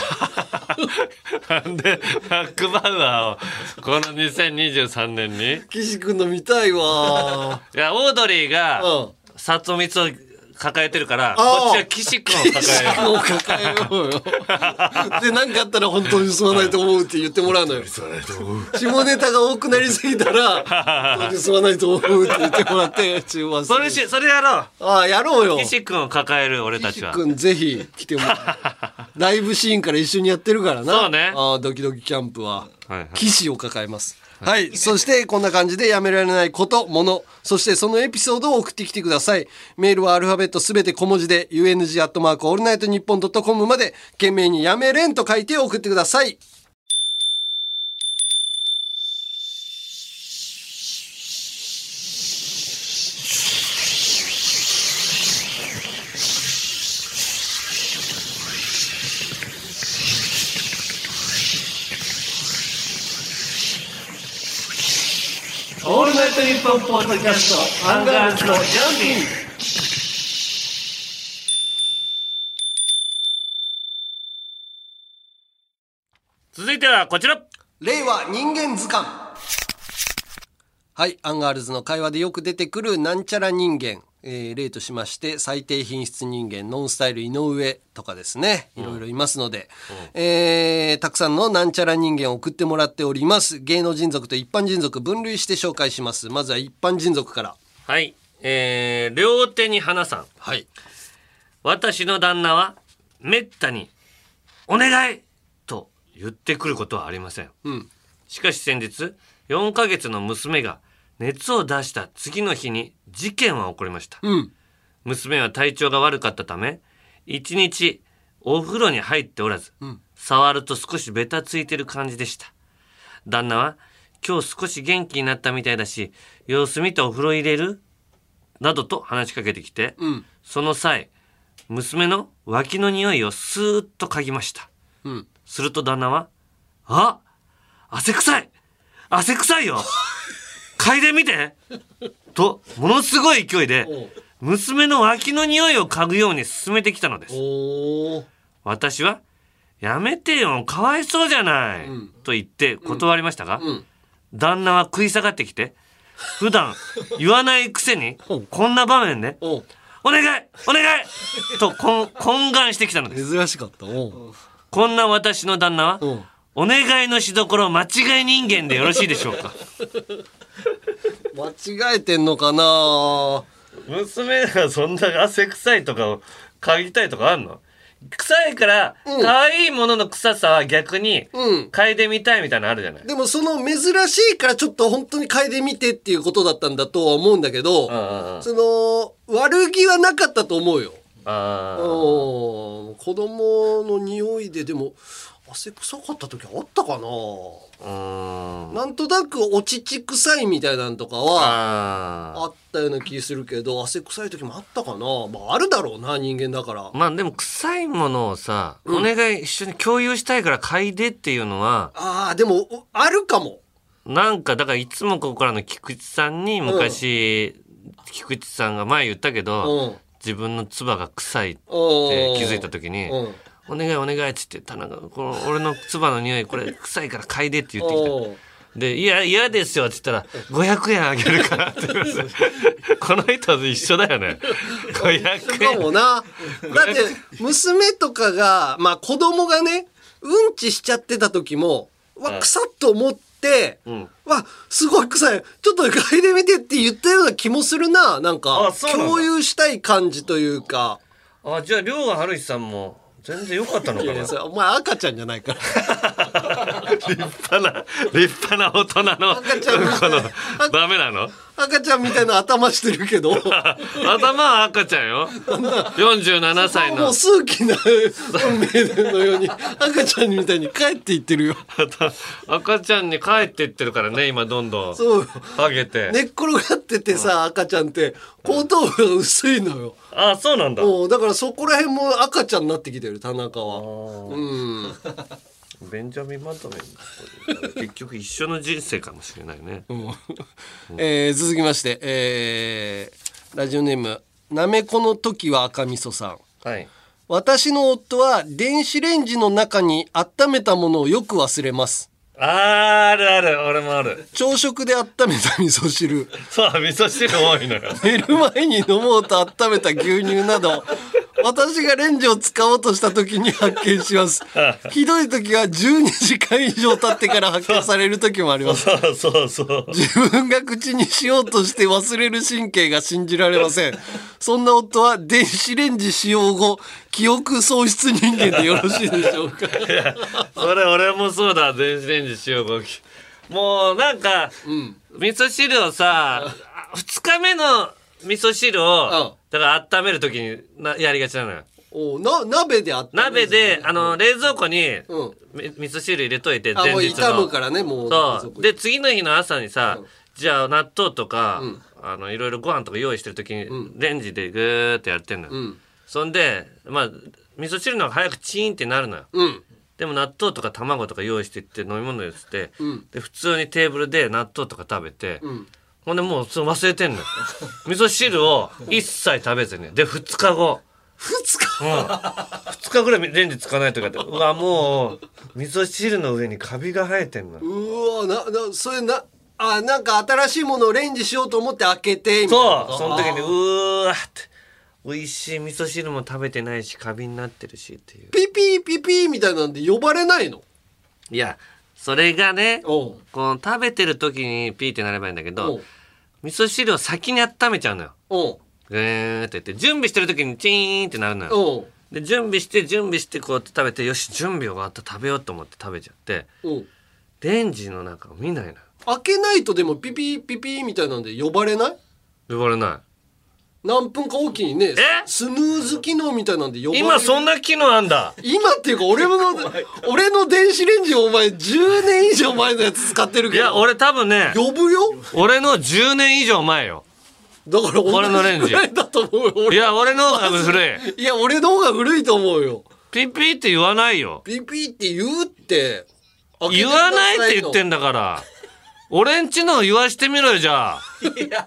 Speaker 1: なんでバックバウアーをこの2023年にい
Speaker 2: 岸君の見たいわ。
Speaker 1: やオードリーが
Speaker 2: うん
Speaker 1: 里光を抱えてるからこ
Speaker 2: あー
Speaker 1: っちは岸君を抱
Speaker 2: 岸
Speaker 1: える
Speaker 2: 君を抱えようよ。で何かあったら本当にすまないと思うって言ってもらうのよ。
Speaker 1: すまないと思う
Speaker 2: 下ネタが多くなりすぎたら本当にすまないと思うって言ってもらって中盤
Speaker 1: それしそれやろ
Speaker 2: ああやろうよ
Speaker 1: う岸君を抱える俺たちは
Speaker 2: くんぜひ来てもらう ライブシーンから一緒にやってるからな
Speaker 1: そうね
Speaker 2: ああドキドキキャンプは、
Speaker 1: はいはい
Speaker 2: 岸を抱えますはい、そしてこんな感じでやめられないことものそしてそのエピソードを送ってきてくださいメールはアルファベットすべて小文字で UNG アットマークオールナイトニッポンドットコムまで懸命にやめれんと書いて送ってください
Speaker 1: オールナイトニッポンポッドキャストアンガールズのジャンピン続いてはこちら
Speaker 2: 令和人間図鑑はいアンガールズの会話でよく出てくるなんちゃら人間、えー例としまして最低品質人間ノンスタイル井上とかですねいろいろいますので、えーたくさんのなんちゃら人間を送ってもらっております芸能人族と一般人族分類して紹介しますまずは一般人族から
Speaker 1: はいえー、両手に花さん
Speaker 2: はい
Speaker 1: 私の旦那はめったに「お願い!」と言ってくることはありません、
Speaker 2: ん
Speaker 1: しかし先日4ヶ月の娘が熱を出した次の日に事件は起こりました、
Speaker 2: うん
Speaker 1: 娘は体調が悪かったため一日お風呂に入っておらず、触ると少しベタついてる感じでした旦那は「今日少し元気になったみたいだし様子見てお風呂入れる?」などと話しかけてきて、
Speaker 2: ん
Speaker 1: その際娘の脇の匂いをスーッと嗅ぎました、
Speaker 2: ん
Speaker 1: すると旦那は「あ汗臭い汗臭い よ嗅いでみて!」とものすごい勢いで娘の脇の匂いを嗅ぐように進めてきたのです
Speaker 2: おお
Speaker 1: 私は「やめてよかわいそうじゃない」と言って断りましたが、旦那は食い下がってきて普段言わないくせにこんな場面で
Speaker 2: おう
Speaker 1: 「お願いお願い!」とこん懇願してきたのです
Speaker 2: 珍しかったおう
Speaker 1: こんな私の旦那は
Speaker 2: うん
Speaker 1: お願いのしどころ間違い人間でよろしいでしょうか
Speaker 2: 間違えてんのかな
Speaker 1: 娘がそんな汗臭いとかを嗅ぎたいとかあんの臭いから
Speaker 2: うん
Speaker 1: 可愛いものの臭さは逆に
Speaker 2: うん
Speaker 1: 嗅いでみたいみたいなのあるじゃない
Speaker 2: でもその珍しいからちょっと本当に嗅いでみてっていうことだったんだとは思うんだけど、
Speaker 1: んうん
Speaker 2: その悪気はなかったと思うよ。
Speaker 1: あ
Speaker 2: うん子供の匂いででも汗臭かった時あったかな
Speaker 1: うーん
Speaker 2: なんとなくお乳臭いみたいなんとかは
Speaker 1: あ
Speaker 2: あったような気するけど汗臭い時もあったかなまああるだろうな人間だから
Speaker 1: ーまあでも臭いものをさ、お願い一緒に共有したいから嗅いでっていうのは
Speaker 2: あーでもうあるかも
Speaker 1: なんかだからいつもここからの菊池さんに昔、菊池さんが前言ったけど、
Speaker 2: うん
Speaker 1: 自分の唾が臭いって
Speaker 2: うん
Speaker 1: 気づいた時に
Speaker 2: うん
Speaker 1: 「お願いお願い」っつって田中この俺の唾の匂いこれ臭いから嗅いでって言ってきた。
Speaker 2: うん
Speaker 1: で「いや嫌ですよ」って言ったら「500円あげるから」って言われ てこの人と一緒だよね500
Speaker 2: かも
Speaker 1: 円
Speaker 2: な。だって、娘とかが、まあ子供がね、うんちしちゃってた時も、
Speaker 1: う
Speaker 2: わ、
Speaker 1: ん
Speaker 2: 臭っと思って、
Speaker 1: ん
Speaker 2: わ、すごい臭い。ちょっと嗅いでみてって言ったような気もするな。なん
Speaker 1: あ
Speaker 2: か、
Speaker 1: そうなんだ
Speaker 2: 共有したい感じというか。
Speaker 1: あじゃあ亮賀春日さんも全然良かったの
Speaker 2: い
Speaker 1: か
Speaker 2: やい
Speaker 1: な
Speaker 2: や、それお前赤ちゃんじゃないから。
Speaker 1: 立派な立派な大人の
Speaker 2: 赤ちゃんみたいな、
Speaker 1: ダメなの
Speaker 2: 赤ちゃんみたいな頭してるけど、
Speaker 1: 頭 は赤ちゃんよ47歳
Speaker 2: も
Speaker 1: の
Speaker 2: う数奇な運命のように、赤ちゃんみたいに帰っていってるよ。
Speaker 1: 赤ちゃんに帰っていってるからね今どんどん
Speaker 2: そうよ。
Speaker 1: ハゲて、
Speaker 2: 寝っ転がっててさ、赤ちゃんって後頭部が薄いのよ、
Speaker 1: あそうなんだ
Speaker 2: もうだからそこら辺も赤ちゃんになってきてる田中はうん
Speaker 1: ベンジャミン・バンタメン結局一緒の人生かもしれないね
Speaker 2: えー続きまして、えーラジオネームなめこの時は赤みそさん
Speaker 1: はい
Speaker 2: 私の夫は電子レンジの中に温めたものをよく忘れます
Speaker 1: あーあるある俺もある
Speaker 2: 朝食で温めた味噌汁
Speaker 1: そう味噌汁多いのよ
Speaker 2: 寝る前に飲もうと温めた牛乳など私がレンジを使おうとした時に発見しますひどい時は12時間以上経ってから発見される時もありま す
Speaker 1: そうそうそう
Speaker 2: 自分が口にしようとして忘れる神経が信じられませんそんな夫は電子レンジ使用後記憶喪失人間でよろしいでしょ うか
Speaker 1: それ俺もそうだ電子レンジしようごきもうなんか、味噌汁をさ2日目の味噌汁を、だから温める時になやりがちなのよ
Speaker 2: おうな鍋で温める
Speaker 1: 鍋であの冷蔵庫に、
Speaker 2: うん
Speaker 1: み味噌汁入れといて
Speaker 2: あもう
Speaker 1: 前日
Speaker 2: 傷む
Speaker 1: の
Speaker 2: からねもう
Speaker 1: そうで次の日の朝にさ、じゃあ納豆とか、あのいろいろご飯とか用意してる時に、レンジでぐーってやってんのよ、
Speaker 2: ん
Speaker 1: そんでまあ味噌汁の方が早くチーンってなるのよ、
Speaker 2: うん
Speaker 1: でも納豆とか卵とか用意してって飲み物にして、
Speaker 2: ん
Speaker 1: で普通にテーブルで納豆とか食べて、ほんでもうそれ忘れてんのよ 味噌汁を一切食べずにで2日後
Speaker 2: 2日
Speaker 1: 2日ぐらいレンジつかないとかってうわもう味噌汁の上にカビが生えてんの
Speaker 2: うわななそれなあなんか新しいものをレンジしようと思って開けてみたいな
Speaker 1: そうその時にうーわって美味しい味噌汁も食べてないしカビになってるしっていう
Speaker 2: ピピーピピーみたいなんで呼ばれないの
Speaker 1: いやそれがねこ
Speaker 2: お
Speaker 1: の
Speaker 2: う
Speaker 1: 食べてる時にピーってなればいいんだけ
Speaker 2: お
Speaker 1: ど
Speaker 2: う
Speaker 1: 味噌汁を先に温めちゃうのよ
Speaker 2: おう
Speaker 1: ぐーって言って準備してる時にチーンってなるのよ
Speaker 2: おう
Speaker 1: で準備して準備してこうやって食べてよし準備終わった食べようと思って食べちゃって
Speaker 2: おう
Speaker 1: レンジの中を見ないのよ
Speaker 2: 開けないとでもピピーピピーみたいなんで呼ばれない
Speaker 1: 呼ばれない
Speaker 2: 何分かおきにね
Speaker 1: え
Speaker 2: スヌーズ機能みたいなんで呼ばれる
Speaker 1: 今そんな機能あんだ
Speaker 2: 今っていうか 俺の俺の電子レンジお前10年以上前のやつ使ってる
Speaker 1: い
Speaker 2: けど
Speaker 1: や俺多分ね
Speaker 2: 呼ぶよ
Speaker 1: 俺の10年以上前よ
Speaker 2: だから
Speaker 1: 俺のレン
Speaker 2: 同
Speaker 1: ジ
Speaker 2: じぐらいだと思うよ
Speaker 1: い
Speaker 2: 俺
Speaker 1: や俺の方が古い
Speaker 2: いや俺の方が古いと思うよ
Speaker 1: ピッピーって言わないよ
Speaker 2: ピピーって言うって
Speaker 1: 言わないって言って
Speaker 2: ん
Speaker 1: んだから俺んちの言わしてみろよじゃあ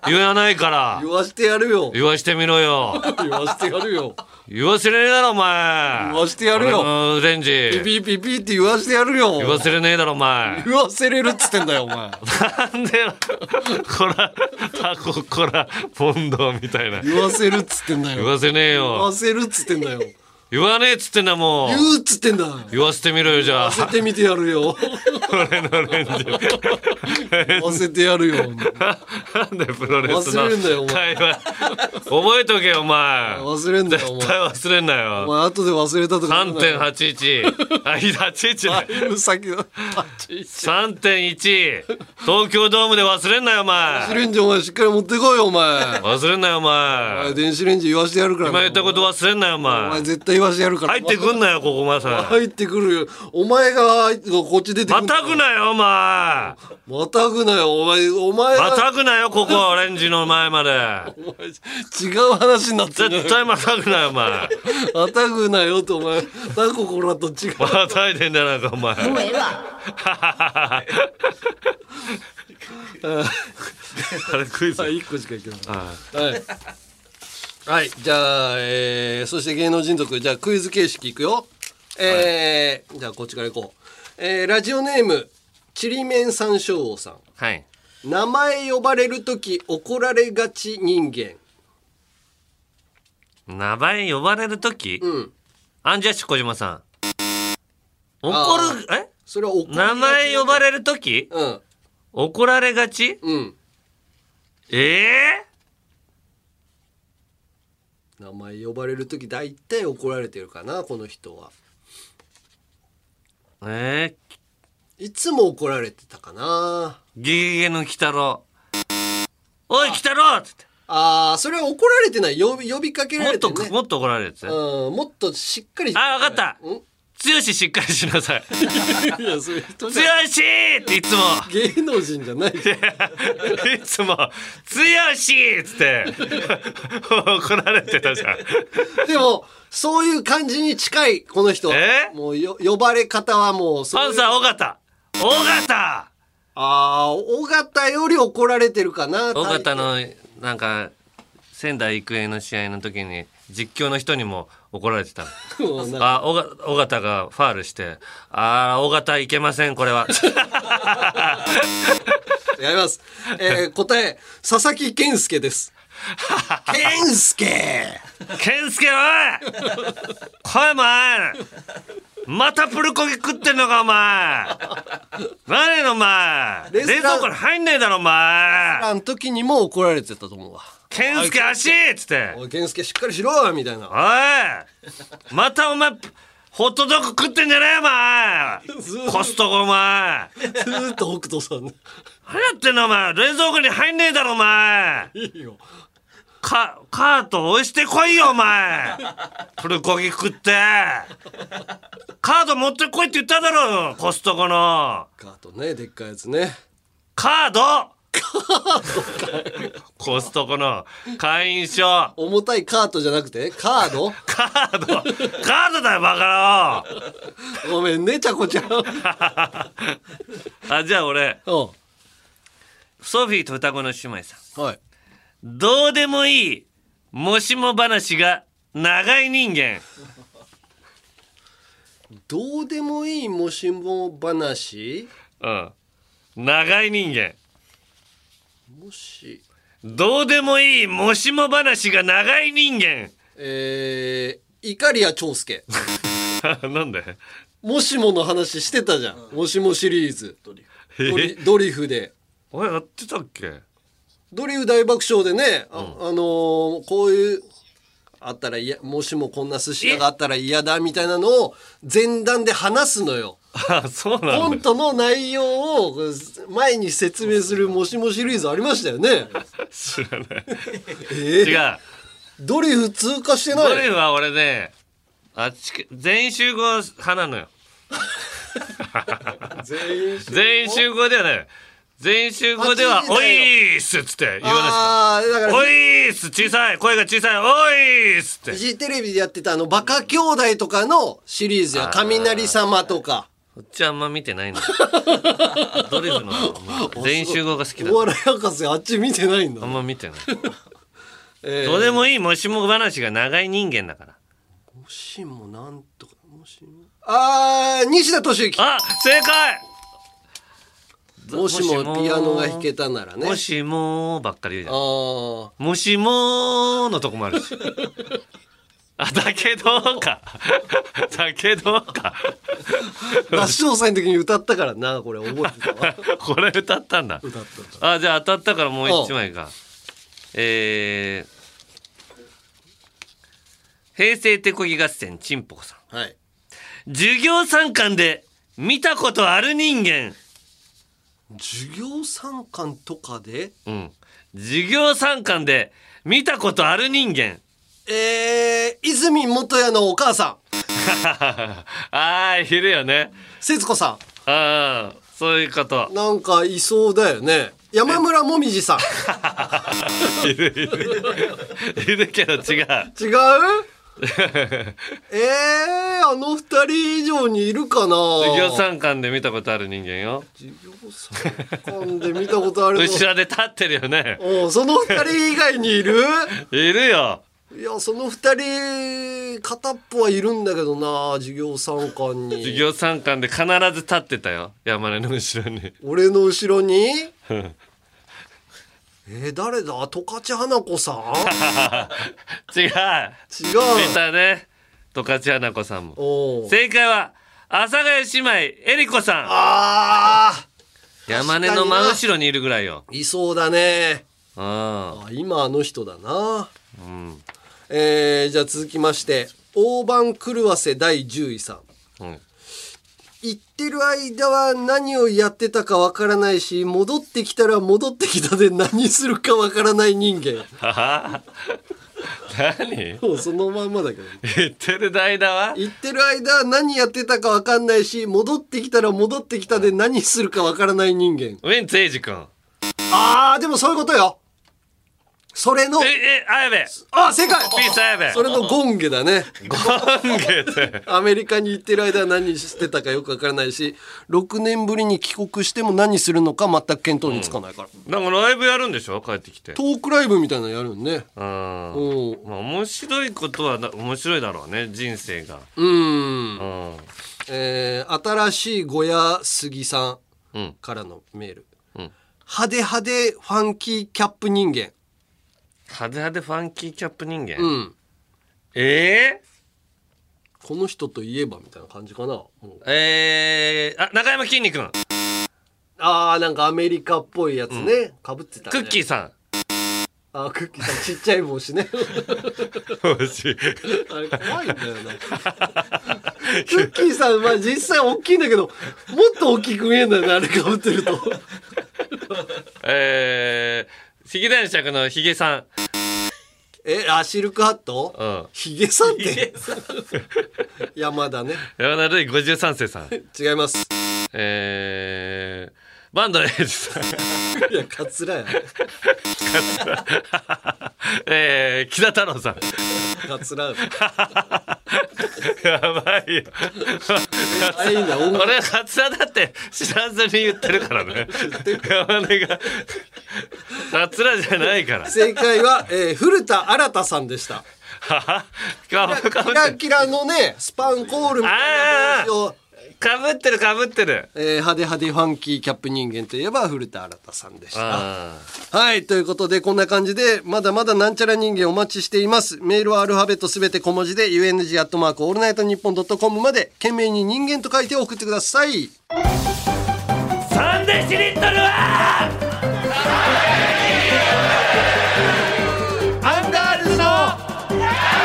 Speaker 1: 言わないから
Speaker 2: 言わしてやるよ
Speaker 1: 言わしてみろよ
Speaker 2: 言わしてやるよ
Speaker 1: 言わせれねえだろお前
Speaker 2: 言わしてやるよ
Speaker 1: 俺のレンジ
Speaker 2: ピピーピピーって言わしてやるよ
Speaker 1: 言わせれねえだろお前
Speaker 2: 言わせれるっつってんだよお前
Speaker 1: なんでよこらタコこらボンドみたいな
Speaker 2: 言わせるっつってんだ
Speaker 1: 言
Speaker 2: よ
Speaker 1: わせねえ
Speaker 2: 言わ
Speaker 1: よ
Speaker 2: せるっつってんだよ
Speaker 1: 言わねえっつってんだも
Speaker 2: 言
Speaker 1: う
Speaker 2: うっつってんだよ
Speaker 1: 言わせてみろよじゃあ
Speaker 2: 言わせてみてやるよ
Speaker 1: 俺のレンジ
Speaker 2: 言わせてやるよ
Speaker 1: なんでプロレスの
Speaker 2: 忘れんなよお
Speaker 1: 会話覚えとけよお前
Speaker 2: 忘れんだよお
Speaker 1: 絶
Speaker 2: 前
Speaker 1: 対忘れんな
Speaker 2: お
Speaker 1: よ
Speaker 2: 前後で忘れたとか言うなよ
Speaker 1: 3.81あ811だ
Speaker 2: だいぶ先だ電
Speaker 1: 3.1東京ドームで忘れんなよお
Speaker 2: 子
Speaker 1: 前
Speaker 2: レンジお前しっかり持ってこいよお前
Speaker 1: 忘れんなよお
Speaker 2: お前
Speaker 1: 前
Speaker 2: 電子レンジ言わしてやるからな
Speaker 1: 今言ったこと忘れんなよお
Speaker 2: お前
Speaker 1: 前
Speaker 2: 絶対言場所やるから
Speaker 1: 入ってくんなよここまさ
Speaker 2: 入ってくるよお前がこっち出てく
Speaker 1: ま
Speaker 2: る
Speaker 1: たぐなよお前
Speaker 2: またぐなよお前お前が
Speaker 1: またぐなよここオレンジの前まで
Speaker 2: お前違う話になってる
Speaker 1: 絶対またぐなよお前
Speaker 2: またぐなよとお前タココラと違う
Speaker 1: またいでんじゃないかお前
Speaker 9: もうええ わ
Speaker 1: あれクイズ
Speaker 2: はい、一個しかいけない。はい。はい、じゃあ、えー、そして芸能人族、じゃあクイズ形式いくよ。えーじゃあこっちからいこう。えー、ラジオネーム、ちりめん山椒王さん。
Speaker 1: はい
Speaker 2: 名前呼ばれるとき怒られがち人間。
Speaker 1: 名前呼ばれる時、
Speaker 2: うん。
Speaker 1: アンジャッシュ小島さん怒るえ
Speaker 2: それは怒
Speaker 1: 名前呼ば
Speaker 2: れ
Speaker 1: れる時
Speaker 2: うん。
Speaker 1: 怒られがち
Speaker 2: うん。
Speaker 1: ええ
Speaker 2: 名前呼ばれるとき大体怒られてるかな、この人は。
Speaker 1: えー、
Speaker 2: いつも怒られてたかな。
Speaker 1: ゲゲゲの鬼太郎おい鬼太郎っつって
Speaker 2: あー、それは怒られてない。呼び呼びかけら
Speaker 1: もっ
Speaker 2: れて
Speaker 1: と
Speaker 2: る、ね。
Speaker 1: もっと怒られるやつ
Speaker 2: うん、もっとしっかり
Speaker 1: あわかった
Speaker 2: うん
Speaker 1: 強ししっかりしなさい
Speaker 2: いやそれ人じゃ
Speaker 1: 強しっていつも
Speaker 2: 芸能人じゃないから
Speaker 1: いつも「強し!」っつって 怒られてたじゃん
Speaker 2: でもそういう感じに近いこの人
Speaker 1: え
Speaker 2: もうよ呼ばれ方はもう
Speaker 1: パ
Speaker 2: そ
Speaker 1: ン
Speaker 2: ういうあ
Speaker 1: サー尾形尾形
Speaker 2: あー尾形より怒られてるかな
Speaker 1: 尾形のなんか仙台育英の試合の時に実況の人にも怒られ てた
Speaker 2: もうなんか
Speaker 1: あ尾形尾形がファールして「ああ尾形いけませんこれ は」
Speaker 2: やり ます、えー、答え佐々木健介です健介
Speaker 1: 健介おい来いお前またプルコギ食ってんのかお前何やのお前
Speaker 2: レスラー
Speaker 1: 冷蔵庫に入んねえだろお前
Speaker 2: あの時にも怒られてたと思うわ
Speaker 1: 健介足っつって
Speaker 2: おい健介しっかりしろみたいな
Speaker 1: おいまたお前ホットドッグ食ってんじゃねえ よお前コストコお前
Speaker 2: ずーっと北斗さんね
Speaker 1: 何やってんのお前冷蔵庫に入んねえだろお前
Speaker 2: いいよ
Speaker 1: カカート押してこいよお前プルコギ食ってカード持ってこいって言っただろコストコの
Speaker 2: カートねでっかいやつね
Speaker 1: カードコストコの会員証
Speaker 2: 重たいカートじゃなくてカード
Speaker 1: カードカードだよバカ野
Speaker 2: ごめんねちゃこちゃん
Speaker 1: 郎あじゃあ俺
Speaker 2: うん
Speaker 1: ソフィーと双子の姉妹さん
Speaker 2: はい。
Speaker 1: どうでもいいもしも話が長い人間
Speaker 2: どうでもいいもしも話
Speaker 1: うん長い人間
Speaker 2: もし、
Speaker 1: どうでもいいもしも話が長い人間
Speaker 2: えー、イカリア長 介。
Speaker 1: なんで
Speaker 2: もしもの話してたじゃん。もしもシリーズ。ドリ
Speaker 1: え
Speaker 2: ドリフで。
Speaker 1: 俺やってたっけ
Speaker 2: ドリフ大爆笑でね、あ,、のーこういう、あったら嫌、もしもこんな寿司屋があったら嫌だみたいなのを前段で話すのよ。
Speaker 1: あそうな
Speaker 2: コ
Speaker 1: ん
Speaker 2: ン
Speaker 1: だ
Speaker 2: トの内容を前に説明するもしもシリーズありましたよね。
Speaker 1: 知らない
Speaker 2: え
Speaker 1: 違
Speaker 2: ー、
Speaker 1: う
Speaker 2: ドリフ通過してない
Speaker 1: ドリフは俺ねあっち全員集合派なのよ
Speaker 2: 全員
Speaker 1: 全員集合ではない全員集合で
Speaker 2: あ
Speaker 1: は
Speaker 2: っ
Speaker 1: 「
Speaker 2: ちにいた
Speaker 1: お
Speaker 2: よ
Speaker 1: いーっす」っつって言わなかっ
Speaker 2: ああーだか
Speaker 1: た
Speaker 2: ら
Speaker 1: おいーっす小さい声が小さいおいーっすって
Speaker 2: フジテレビでやってたあのバカ兄弟とかのシリーズや雷様とか
Speaker 1: こっちあんま見て ないのドリフの全員集合が好きだ
Speaker 2: お笑い博士あっち見てないんだ
Speaker 1: あんま見てない
Speaker 2: えー
Speaker 1: どうでもいいもしも話が長い人間だから
Speaker 2: もしもなんとかもしもあー西田敏行
Speaker 1: あ正解
Speaker 2: もしもピアノが弾けたならね
Speaker 1: もしもばっかり言うじ
Speaker 2: あ
Speaker 1: ゃん
Speaker 2: ー
Speaker 1: もしものとこもあるし あだけどか だけどか
Speaker 2: 合唱祭の時に歌ったからなこれ覚えて たわ
Speaker 1: これ歌ったんだ
Speaker 2: 歌った
Speaker 1: あじゃあ当たったからもう一枚かえー平成手こぎ合戦ちんぽこさん
Speaker 2: はい
Speaker 1: 授業参観で見たことある人間
Speaker 2: 授業参観とかで
Speaker 1: うん授業参観で見たことある人間
Speaker 2: えー、泉元也のお母さん、
Speaker 1: ああいるよね
Speaker 2: 節子さ
Speaker 1: ああそういうこと
Speaker 2: ん、なんかいそうだよね。山村もみじさん。
Speaker 1: いるいるいるけど違う
Speaker 2: 違う えー、あの二人以上にいるかな
Speaker 1: 授業参観で見たことある人間よ
Speaker 2: 今で見たことあるの
Speaker 1: 後ろで立ってるよね
Speaker 2: おうその二人以外にいる
Speaker 1: いるよ
Speaker 2: いやその二人片っぽはいるんだけどな授業参観
Speaker 1: 授
Speaker 2: に
Speaker 1: 業参観で必ず立ってたよ山根の後ろに
Speaker 2: 俺の後ろにえー、誰だ十勝花子 さん
Speaker 1: 違う
Speaker 2: 違
Speaker 1: 見
Speaker 2: う
Speaker 1: たね十勝花子さんも
Speaker 2: おう
Speaker 1: 正解は阿佐ヶ谷姉妹えりこさ
Speaker 2: あ
Speaker 1: ん山根の真後ろにいるぐらいよ
Speaker 2: ーいそうだね
Speaker 1: うん
Speaker 2: あ今あの人だな、えーじゃあ続きまして大盤狂わせ第10位さん
Speaker 1: うん
Speaker 2: 行ってる間は何をやってたかわからないし戻ってきたら戻ってきたで何するかわからない人間
Speaker 1: はは何
Speaker 2: もうそのまんまだけど
Speaker 1: 言ってる代だわ
Speaker 2: 行ってる間は何やってたかわかんないし戻ってきたら戻ってきたで何するかわからない人間
Speaker 1: ウエンツエイジ君
Speaker 2: あーでもそういうことよそれの
Speaker 1: ええ綾部
Speaker 2: あ正解
Speaker 1: ピース綾部
Speaker 2: それのゴンゲだね
Speaker 1: ゴンゲって
Speaker 2: アメリカに行ってる間は何してたかよくわからないし6年ぶりに帰国しても何するのか全く見当につかないから、
Speaker 1: なんかライブやるんでしょ帰ってきて
Speaker 2: トークライブみたいなのやるよね
Speaker 1: うんま
Speaker 2: うん
Speaker 1: あ面白いことはな面白いだろうね人生が
Speaker 2: うん
Speaker 1: うん
Speaker 2: えー新しい小屋杉さ
Speaker 1: うんん
Speaker 2: からのメール、
Speaker 1: うん
Speaker 2: 派手派手ファンキーキャップ人間
Speaker 1: 派手派手ファンキーキャップ人間、
Speaker 2: うん
Speaker 1: え
Speaker 2: この人といえばみたいな感じかなもう
Speaker 1: ー、えー、あ中山きんに君
Speaker 2: あーなんかアメリカっぽいやつね、かぶってたね
Speaker 1: クッキーさん
Speaker 2: あークッキーさんちっちゃい 帽子ね
Speaker 1: 欲しい
Speaker 2: あれ怖いんだよな。クッキーさんは実際大きいんだけど、もっと大きく見えるんだよね、あれかぶってると。
Speaker 1: えー、ヒゲ男爵のヒゲさん
Speaker 2: え、あ、シルクハット、
Speaker 1: うん
Speaker 2: ヒゲさんって。山田ね。
Speaker 1: 山田るい53世さん
Speaker 2: 違います。
Speaker 1: えー、バンドエイジさん
Speaker 2: いや、カツラや。
Speaker 1: えー、木田太郎さん
Speaker 2: カツラ。
Speaker 1: やばいよ
Speaker 2: あれいいんだ、音楽
Speaker 1: 俺はカツラだって知らずに言ってるからね山根がカツラじゃないから
Speaker 2: 正解は、えー古田新太さんでした。
Speaker 1: ははかぶかぶ
Speaker 2: キ
Speaker 1: って
Speaker 2: ラ
Speaker 1: る
Speaker 2: キラのね、スパンコールみたいな帽子を、
Speaker 1: かぶってるかぶってる
Speaker 2: えー派手派手ファンキーキャップ人間といえば古田新太さんでした。
Speaker 1: あー
Speaker 2: はい。ということで、こんな感じで、まだまだなんちゃら人間お待ちしています。メールはアルファベットすべて小文字で、u n g アットマークオールナイトニッポンドットコムまで、懸命に人間と書いて送ってください。
Speaker 1: 3.1リットルは
Speaker 5: アンガールズの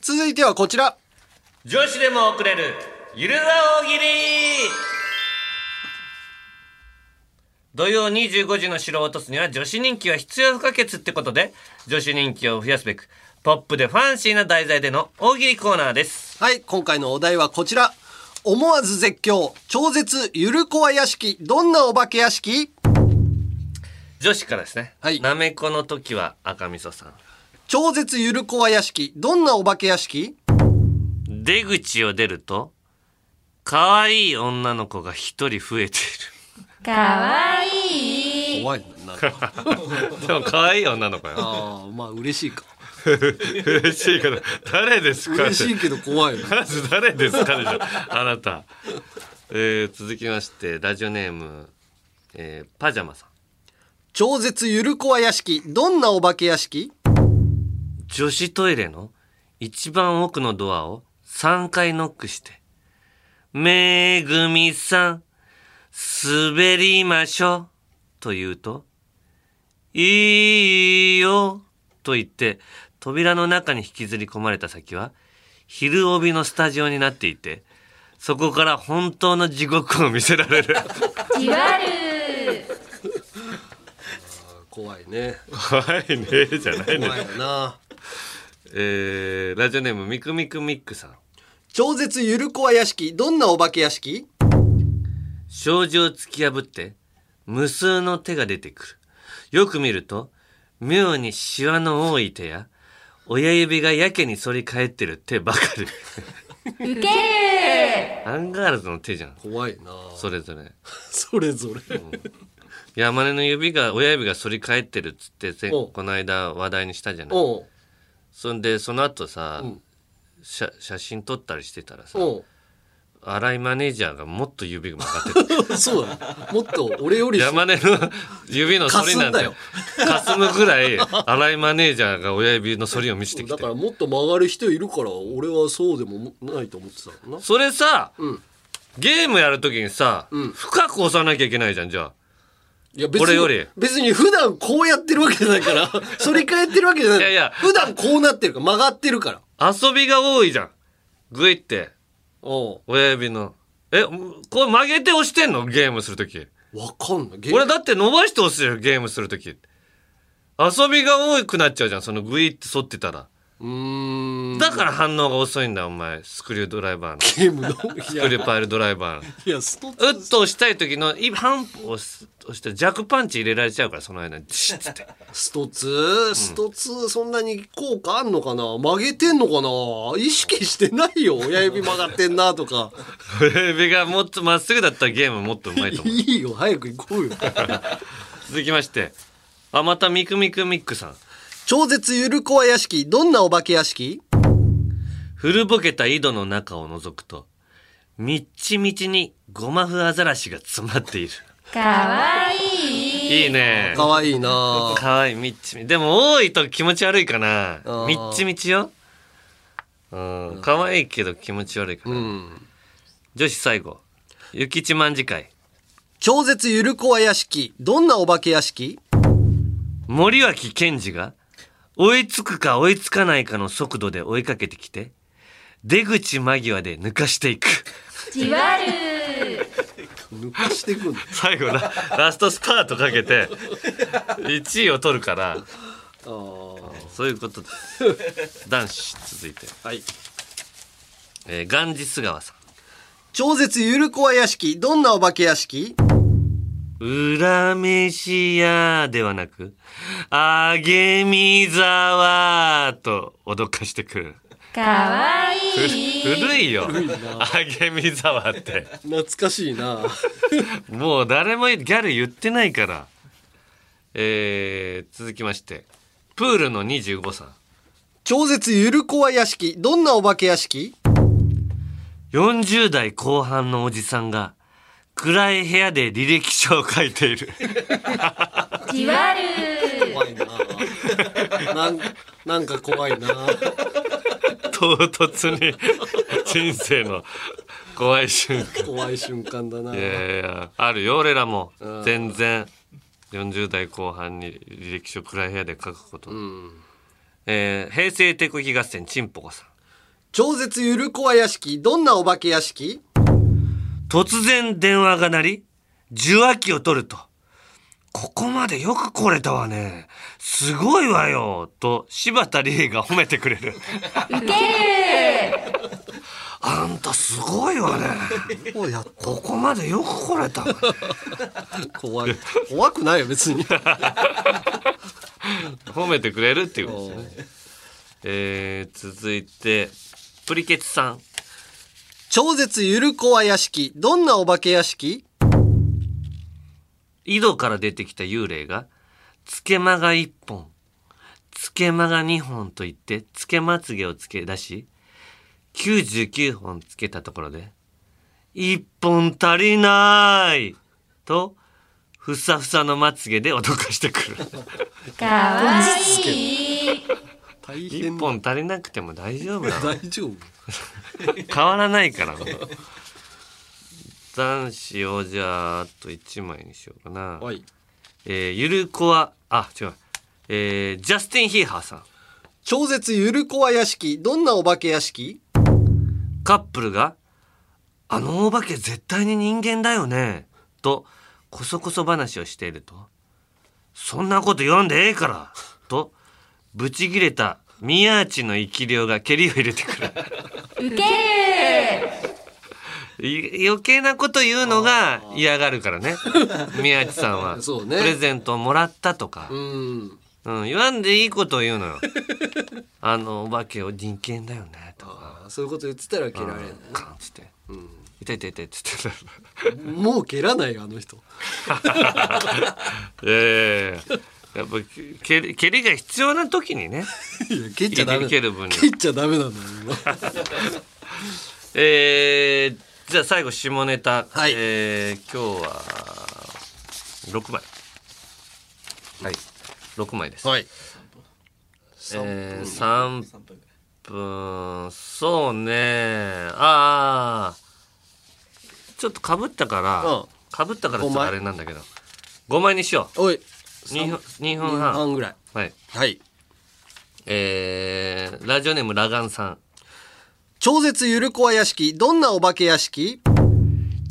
Speaker 2: 続いてはこちら。
Speaker 1: 女子でも送れるゆるざ大喜利土曜25時の城を落とすには女子人気は必要不可欠ってことで女子人気を増やすべくポップでファンシーな題材での大喜利コーナーです
Speaker 2: はい。今回のお題はこちら。思わず絶叫、超絶ゆるこわ屋敷、どんなお化け屋敷
Speaker 1: 女子からですね、
Speaker 2: はい
Speaker 1: なめこの時は赤味噌さん
Speaker 2: 超絶ゆるこわ屋敷、どんなお化け屋敷
Speaker 1: 出口を出ると可愛い女の子が一人増えて
Speaker 2: 怖いな。なんか
Speaker 1: いるでも可愛い女の子よ
Speaker 2: ああ、まあ嬉しいか。
Speaker 1: 嬉しいけど誰ですか
Speaker 2: 嬉しいけど怖いな。
Speaker 1: まず誰ですかでしょあなた、えー続きましてラジオネーム、えーパジャマさん
Speaker 2: 超絶ゆるこわ屋敷、どんなお化け屋敷
Speaker 1: 女子トイレの一番奥のドアを3回ノックして「めぐみさん滑りましょう」と言うと「いいよ」と言って扉の中に引きずり込まれた先は昼帯のスタジオになっていてそこから本当の地獄を見せられる。
Speaker 2: 怖いね
Speaker 1: 怖いねじゃない
Speaker 2: 怖
Speaker 1: ね
Speaker 2: いよ な
Speaker 1: えー、ラジオネームみくみくみっくさん
Speaker 2: 超絶ゆるこわ屋敷どんなお化け屋敷
Speaker 1: 障子を突き破って無数の手が出てくるよく見ると妙にシワの多い手や親指がやけに反り返ってる手ばかり
Speaker 9: ウケー
Speaker 1: アンガールズの手じゃん
Speaker 2: 怖いな
Speaker 1: それぞれ
Speaker 2: それぞれ
Speaker 1: 山根の指が親指が反り返ってるっつってせ
Speaker 2: おう
Speaker 1: この間話題にしたじゃない
Speaker 2: おう
Speaker 1: そんでその後さ、
Speaker 2: ん
Speaker 1: 写写真撮ったりしてたらさ
Speaker 2: お
Speaker 1: 荒井マネージャーがもっと指が曲 がってた
Speaker 2: うそうだもっと俺より
Speaker 1: 山根の指の反りなんて
Speaker 2: か
Speaker 1: かすむぐらい荒井マネージャーが親指の反りを見せてき
Speaker 2: だ
Speaker 1: て
Speaker 2: からもっと曲がる人いるから俺はそうでもないと思ってたもんな
Speaker 1: それさ、
Speaker 2: うん
Speaker 1: ゲームやるときにさ、
Speaker 2: ん
Speaker 1: 深く押さなきゃいけないじゃんじゃ
Speaker 2: いや別に
Speaker 1: 俺より
Speaker 2: 別に普段こうやってるわけじゃな いから反り返ってるわけじゃない
Speaker 1: いやいや
Speaker 2: 普段こうなってるから曲がってるから
Speaker 1: あ遊びが多いじゃんグイって
Speaker 2: おう
Speaker 1: 親指のえこれ曲げて押してんのゲームするとき
Speaker 2: わかんないゲーム
Speaker 1: 俺だって伸ばして押すよゲームするとき遊びが多くなっちゃうじゃんそのグイって反ってたら
Speaker 2: うーん
Speaker 1: だから反応が遅いんだお前スクリュードライバーのス
Speaker 2: ゲームのいや
Speaker 1: クリューパイルドライバーの
Speaker 2: いやスト
Speaker 1: うっと押したい時のい半歩押す押したら弱パンチ入れられちゃうからその間にシッつって
Speaker 2: ストツストツそんなに効果あんのかな曲げてんのかな意識してない よ親指曲がってんなとか
Speaker 1: 親指がもっとまっすぐだったらゲームもっとうまい と思う
Speaker 2: いいよ早く行こうよ
Speaker 1: 続きましてあまたミクミクミックさん
Speaker 2: 超絶ゆるこわ屋敷どんなお化け屋敷
Speaker 1: 古ぼけた井戸の中を覗くとみっちみちにゴマフアザラシが詰まっている
Speaker 9: かわいい
Speaker 1: いいね
Speaker 2: かわいいな
Speaker 1: かわいいみっちみでも多いと気持ち悪いかな
Speaker 2: ー
Speaker 1: みっちみちようんかわいいけど気持ち悪いかな、
Speaker 2: うん
Speaker 1: 女子最後諭吉卍会
Speaker 2: 超絶ゆるこわ屋敷どんなお化け屋敷
Speaker 1: 森脇健児が追いつくか追いつかないかの速度で追いかけてきて出口間際で抜かしていく
Speaker 9: じわる
Speaker 2: 抜かしてくんの
Speaker 1: 最後ララストスパートかけて1位を取るからそういうことです男子続いて、
Speaker 2: はい
Speaker 1: えーガンジス川さん
Speaker 2: 超絶ゆるこわ屋敷どんなお化け屋敷
Speaker 1: 裏飯屋ではなく、あげみざわと脅かしてくる。
Speaker 9: かわい
Speaker 1: ふ古いよ。あげみざわって。
Speaker 2: 懐かしいな
Speaker 1: もう誰もギャル言ってないから。えー、続きまして。プールの25さん。
Speaker 2: 超絶ゆるこわ屋敷どんなお化け屋敷
Speaker 1: 40代後半のおじさんが、暗い部屋で履歴書を書いている。
Speaker 9: いじわる
Speaker 2: 怖いななんなんか怖いな
Speaker 1: 唐突に人生の怖い瞬間。
Speaker 2: 怖い瞬間だない
Speaker 1: やいやあるよ俺らも全然40代後半に履歴書暗い部屋で書くこと、えー平成手こぎ合戦ちんぽこさん
Speaker 2: 超絶ゆるこわ屋敷どんなお化け屋敷
Speaker 1: 突然電話が鳴り受話器を取ると「ここまでよく来れたわねすごいわよ」と柴田理恵が褒めてくれる
Speaker 9: ウケー
Speaker 1: 「あんたすごいわね
Speaker 2: おやった
Speaker 1: ここまでよく来れたわね
Speaker 2: 怖い怖くないよ別に
Speaker 1: 褒めてくれるっていうことですよね、えー続いてプリケツさん
Speaker 2: 超絶ゆるこわ屋敷どんなお化け屋敷
Speaker 1: 井戸から出てきた幽霊が、つけまが1本、つけまが2本と言って、つけまつげをつけ出し、99本つけたところで、1本足りないと、ふさふさのまつげで脅かしてくる。
Speaker 9: かわいい
Speaker 2: 大
Speaker 1: 1本足りなくても大丈夫だ。
Speaker 2: 大丈夫
Speaker 1: 変わらないから。男子をじゃあ、あと1枚にしようかな。
Speaker 2: はい
Speaker 1: えーゆるこは、あ、違う。えージャスティン・ヒーハーさん。
Speaker 2: 超絶ゆるこわ屋敷どんなお化け屋敷
Speaker 1: カップルが「あのお化け絶対に人間だよね」とこそこそ話をしているとそんなこと言わんでええからとブチギレた宮地の生き量が蹴りを入れてくる
Speaker 9: ウケる
Speaker 1: い余計なこと言うのが嫌がるからね宮地さんは、
Speaker 2: そうね
Speaker 1: プレゼントもらったとか、
Speaker 2: うん
Speaker 1: うん、言わんでいいことを言うの よあのお化けを人権だよねとか
Speaker 2: あそういうこと言ってたら蹴られる
Speaker 1: 「カン」っつって「痛い痛い痛い」っつって
Speaker 2: もう蹴らないよあの人
Speaker 1: ええやっぱ蹴り蹴りが必要な時にね
Speaker 2: いや蹴っちゃダメ
Speaker 1: 蹴る分には
Speaker 2: 蹴っちゃダメなんだよ今
Speaker 1: えー、じゃあ最後下ネタ、
Speaker 2: はい
Speaker 1: えー今日は6枚はい6枚です、
Speaker 2: はい
Speaker 1: えー、3分そうねああちょっとかぶったから、
Speaker 2: うん
Speaker 1: かぶったからちょっ
Speaker 2: 五
Speaker 1: と
Speaker 2: 枚
Speaker 1: あれなんだけど5枚にしよ
Speaker 2: おいう
Speaker 1: 2分二
Speaker 2: 2
Speaker 1: 分半
Speaker 2: 半ぐらい
Speaker 1: はい
Speaker 2: はい
Speaker 1: えー、ラジオネームラガンさん
Speaker 2: 超絶ゆるこわ屋敷どんなお化け屋敷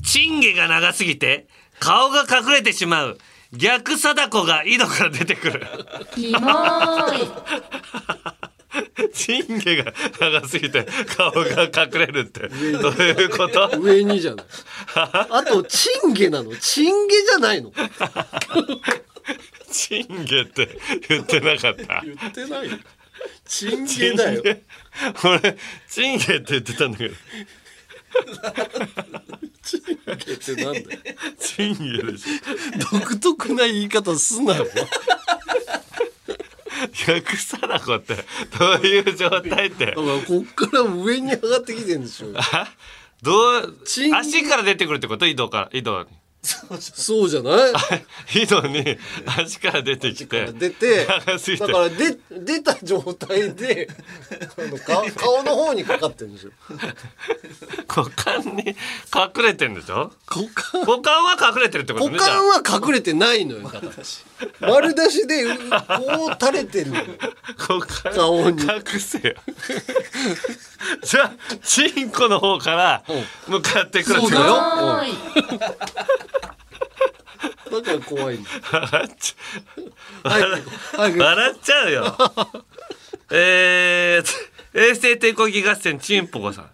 Speaker 1: チンゲが長すぎて顔が隠れてしまう逆貞子が井戸から出てくる
Speaker 9: キモーい
Speaker 1: チンゲが長すぎて顔が隠れるってどういうこと
Speaker 2: 上にじゃないあとチンゲなのチンゲじゃないの
Speaker 1: チンゲって言ってなかった
Speaker 2: 言ってないよチンゲだよ
Speaker 1: 俺チンゲって言ってたんだけど
Speaker 2: ゲってなんだよ
Speaker 1: チンゲでしょ
Speaker 2: 独特な言い方すなよ
Speaker 1: 逆貞子ってどういう状態 って
Speaker 2: だからこっから上に上がってきてんでしょ
Speaker 1: どう
Speaker 2: チンゲ
Speaker 1: 足から出てくるってこと井戸から井戸に
Speaker 2: そうじゃない
Speaker 1: 井戸に足から出てきて
Speaker 2: 出て
Speaker 1: 長すぎて
Speaker 2: だからで出た状態であのか顔の方にかかってるんですよ
Speaker 1: 股間に隠れてんでしょ
Speaker 2: 股間
Speaker 1: 股間は隠れてるってこと
Speaker 2: 股
Speaker 1: ねじゃ
Speaker 2: 間は隠れてないのよだから丸出しでうこう垂れてるのよ
Speaker 1: あ股間
Speaker 2: 顔に
Speaker 1: 隠せよじゃあチンコの方から向かってくるってこと
Speaker 2: そうだよ
Speaker 9: おい
Speaker 2: だから怖いんだ
Speaker 1: 笑っち
Speaker 2: はい早く
Speaker 1: ゃ笑っちゃうよえー、衛星抵抗技合戦チンポコさん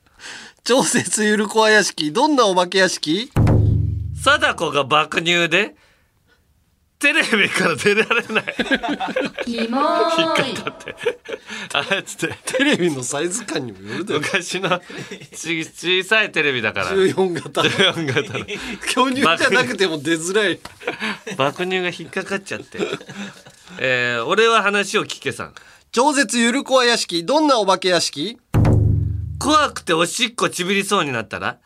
Speaker 2: 超絶ゆるこわ屋敷どんなお化け屋敷
Speaker 1: 貞子が爆乳でテレビから出られない
Speaker 9: キモーい
Speaker 1: だってあれっつって
Speaker 2: テレビのサイズ感にもよるだろ
Speaker 1: 昔のち小さいテレビだから
Speaker 2: 14型
Speaker 1: 14型の
Speaker 2: 巨乳じゃなくても出づらい
Speaker 1: 爆乳が引っかかっちゃって、えー、俺は話を聞けさん
Speaker 2: 超絶ゆるこわ屋敷どんなお化け屋敷
Speaker 1: 怖くておしっこちびりそうになったら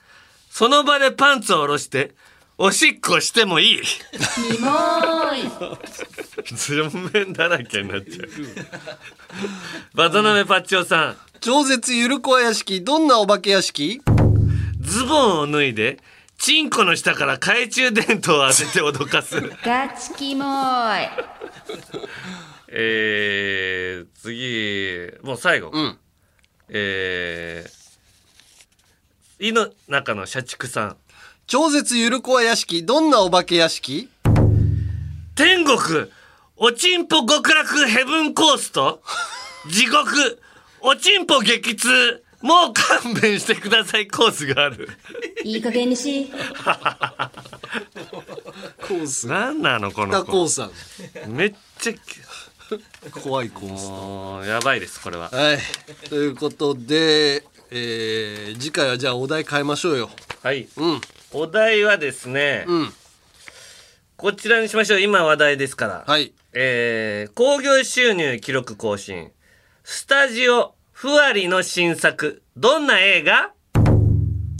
Speaker 1: その場でパンツを下ろしておしっこしてもいい
Speaker 9: キモーい
Speaker 1: 全面だらけになっちゃうバトナメパッチオさん
Speaker 2: 超絶ゆるこわ屋敷どんなお化け屋敷
Speaker 1: ズボンを脱いでチンコの下から懐中電灯を当てて脅かす
Speaker 9: ガチキモーい
Speaker 1: えー、次もう最後、
Speaker 2: ん
Speaker 1: えー、井の中の社畜さん
Speaker 2: 超絶ゆるこわ屋敷どんなお化け屋敷
Speaker 1: 天国おちんぽ極楽ヘブンコース と地獄おちんぽ激痛もう勘弁してくださいコースがあ る
Speaker 9: いい加減にし
Speaker 2: コース
Speaker 1: なんなのこの
Speaker 2: タコー
Speaker 1: 子
Speaker 2: さん
Speaker 1: めっちゃ
Speaker 2: 怖いコース
Speaker 1: もうやばいですこれは
Speaker 2: はいということで、えー、次回はじゃあお題変えましょうよ
Speaker 1: はい
Speaker 2: うん
Speaker 1: お題はですね、
Speaker 2: うん
Speaker 1: こちらにしましょう今話題ですから
Speaker 2: はい
Speaker 1: えー、興行収入記録更新スタジオふわりの新作どんな映画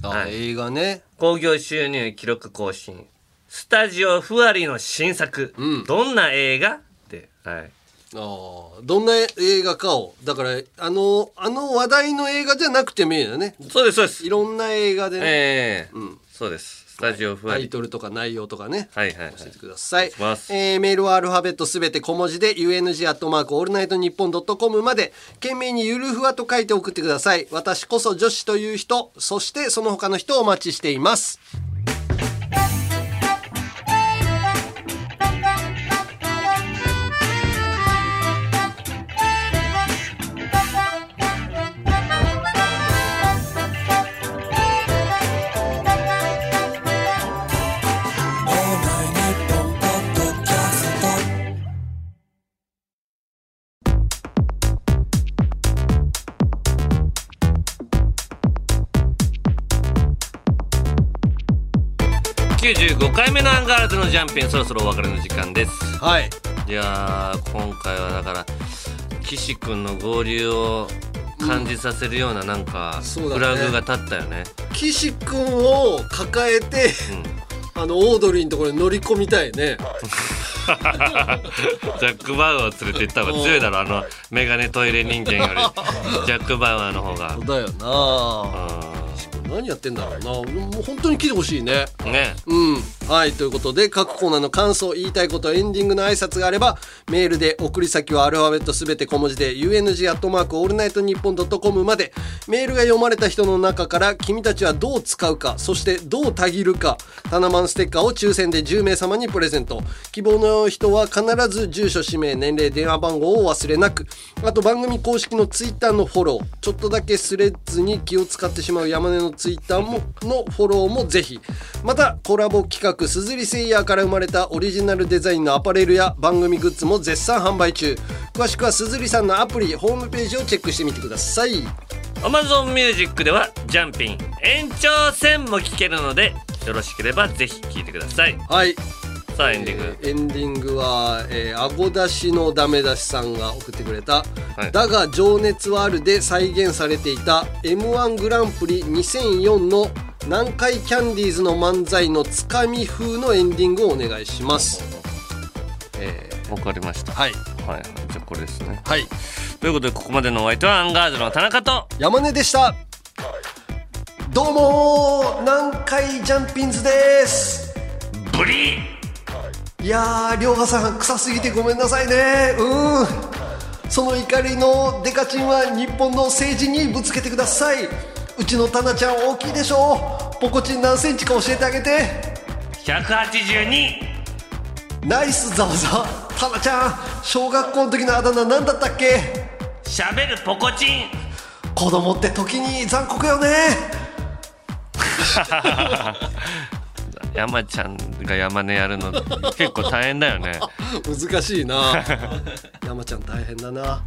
Speaker 2: あ、
Speaker 1: はい
Speaker 2: 映画ね
Speaker 1: 興行収入記録更新スタジオふわりの新作、
Speaker 2: うん
Speaker 1: どんな映画って、はい、
Speaker 2: あーどんな映画かをだからあのあの話題の映画じゃなくてもいいよね
Speaker 1: そうですそうです
Speaker 2: いろんな映画でね、
Speaker 1: ええ
Speaker 2: うん
Speaker 1: そうですスタジオふわ
Speaker 2: タ
Speaker 1: り
Speaker 2: イトルとか内容とかね
Speaker 1: はいはいはい
Speaker 2: 教えてください。
Speaker 1: お願いします
Speaker 2: えーメールはアルファベットすべて小文字で UNG アットマークオールナイトニッポンドットコムまで懸命にゆるふわと書いて送ってください。私こそ女子という人、そしてその他の人をお待ちしています。
Speaker 9: 「
Speaker 1: 95回目のアンガールズのジャンピンそろそろお別れの時間です
Speaker 2: はい
Speaker 1: いやー今回はだから岸君の合流を感じさせるようななんか
Speaker 2: そうだ
Speaker 1: フ
Speaker 2: ね
Speaker 1: ラグが立ったよ ね
Speaker 2: 岸君を抱えてあのオードリーのところに乗り込みたいね
Speaker 1: ジャック・バウアーを連れて行った方が強いだろあのメガネトイレ人間よ りジャック・バウアーの方が
Speaker 2: だよな
Speaker 1: う
Speaker 2: 何やってんだろうなもう本当に来てほしいね
Speaker 1: んね
Speaker 2: うんはいということで各コーナーの感想言いたいことエンディングの挨拶があればメールで送り先はアルファベットすべて小文字で UNG アットマークオールナイトニッポンドットコムまでメールが読まれた人の中から君たちはどう使うかそしてどうたぎるかタナマンステッカーを抽選で10名様にプレゼント希望の人は必ず住所氏名年齢電話番号をお忘れなくあと番組公式のツイッターのフォローちょっとだけスレッズに気を使ってしまう山根のツイッターものフォローもぜひまたコラボ企画「すずりセイヤー」から生まれたオリジナルデザインのアパレルや番組グッズも絶賛販売中詳しくはすずりさんのアプリホームページをチェックしてみてください
Speaker 1: Amazon Music ではジャンピン延長戦も聴けるのでよろしければぜひ聴いてください
Speaker 2: はい
Speaker 1: さあエンディング、
Speaker 2: えーエンディングは、えー、顎出しのダメ出しさんが送ってくれた「
Speaker 1: はい
Speaker 2: だが情熱はある」で再現されていた m 1グランプリ2004の南海キャンディーズの漫才のつかみ風のエンディングをお願いします。え
Speaker 1: わかりました。
Speaker 2: はい。
Speaker 1: はい。じゃあこれですね。
Speaker 2: ーはい
Speaker 1: ということでここまでのお相手はアンガールズの田中と
Speaker 2: 山根でしたどうもー南海ジャンピンズです
Speaker 1: ブリー
Speaker 2: いやー涼河さん臭すぎてごめんなさいねうーんその怒りのデカチンは日本の政治にぶつけてくださいうちのタナちゃん大きいでしょポコチン何センチか教えてあげて
Speaker 1: 182
Speaker 2: ナイスざわざわタナちゃん小学校の時のあだ名何だったっけ
Speaker 1: しゃべるポコチン
Speaker 2: 子供って時に残酷よね
Speaker 1: 山ちゃんが山根やるの結構大変だよね。
Speaker 2: 難しいな山ちゃん大変だな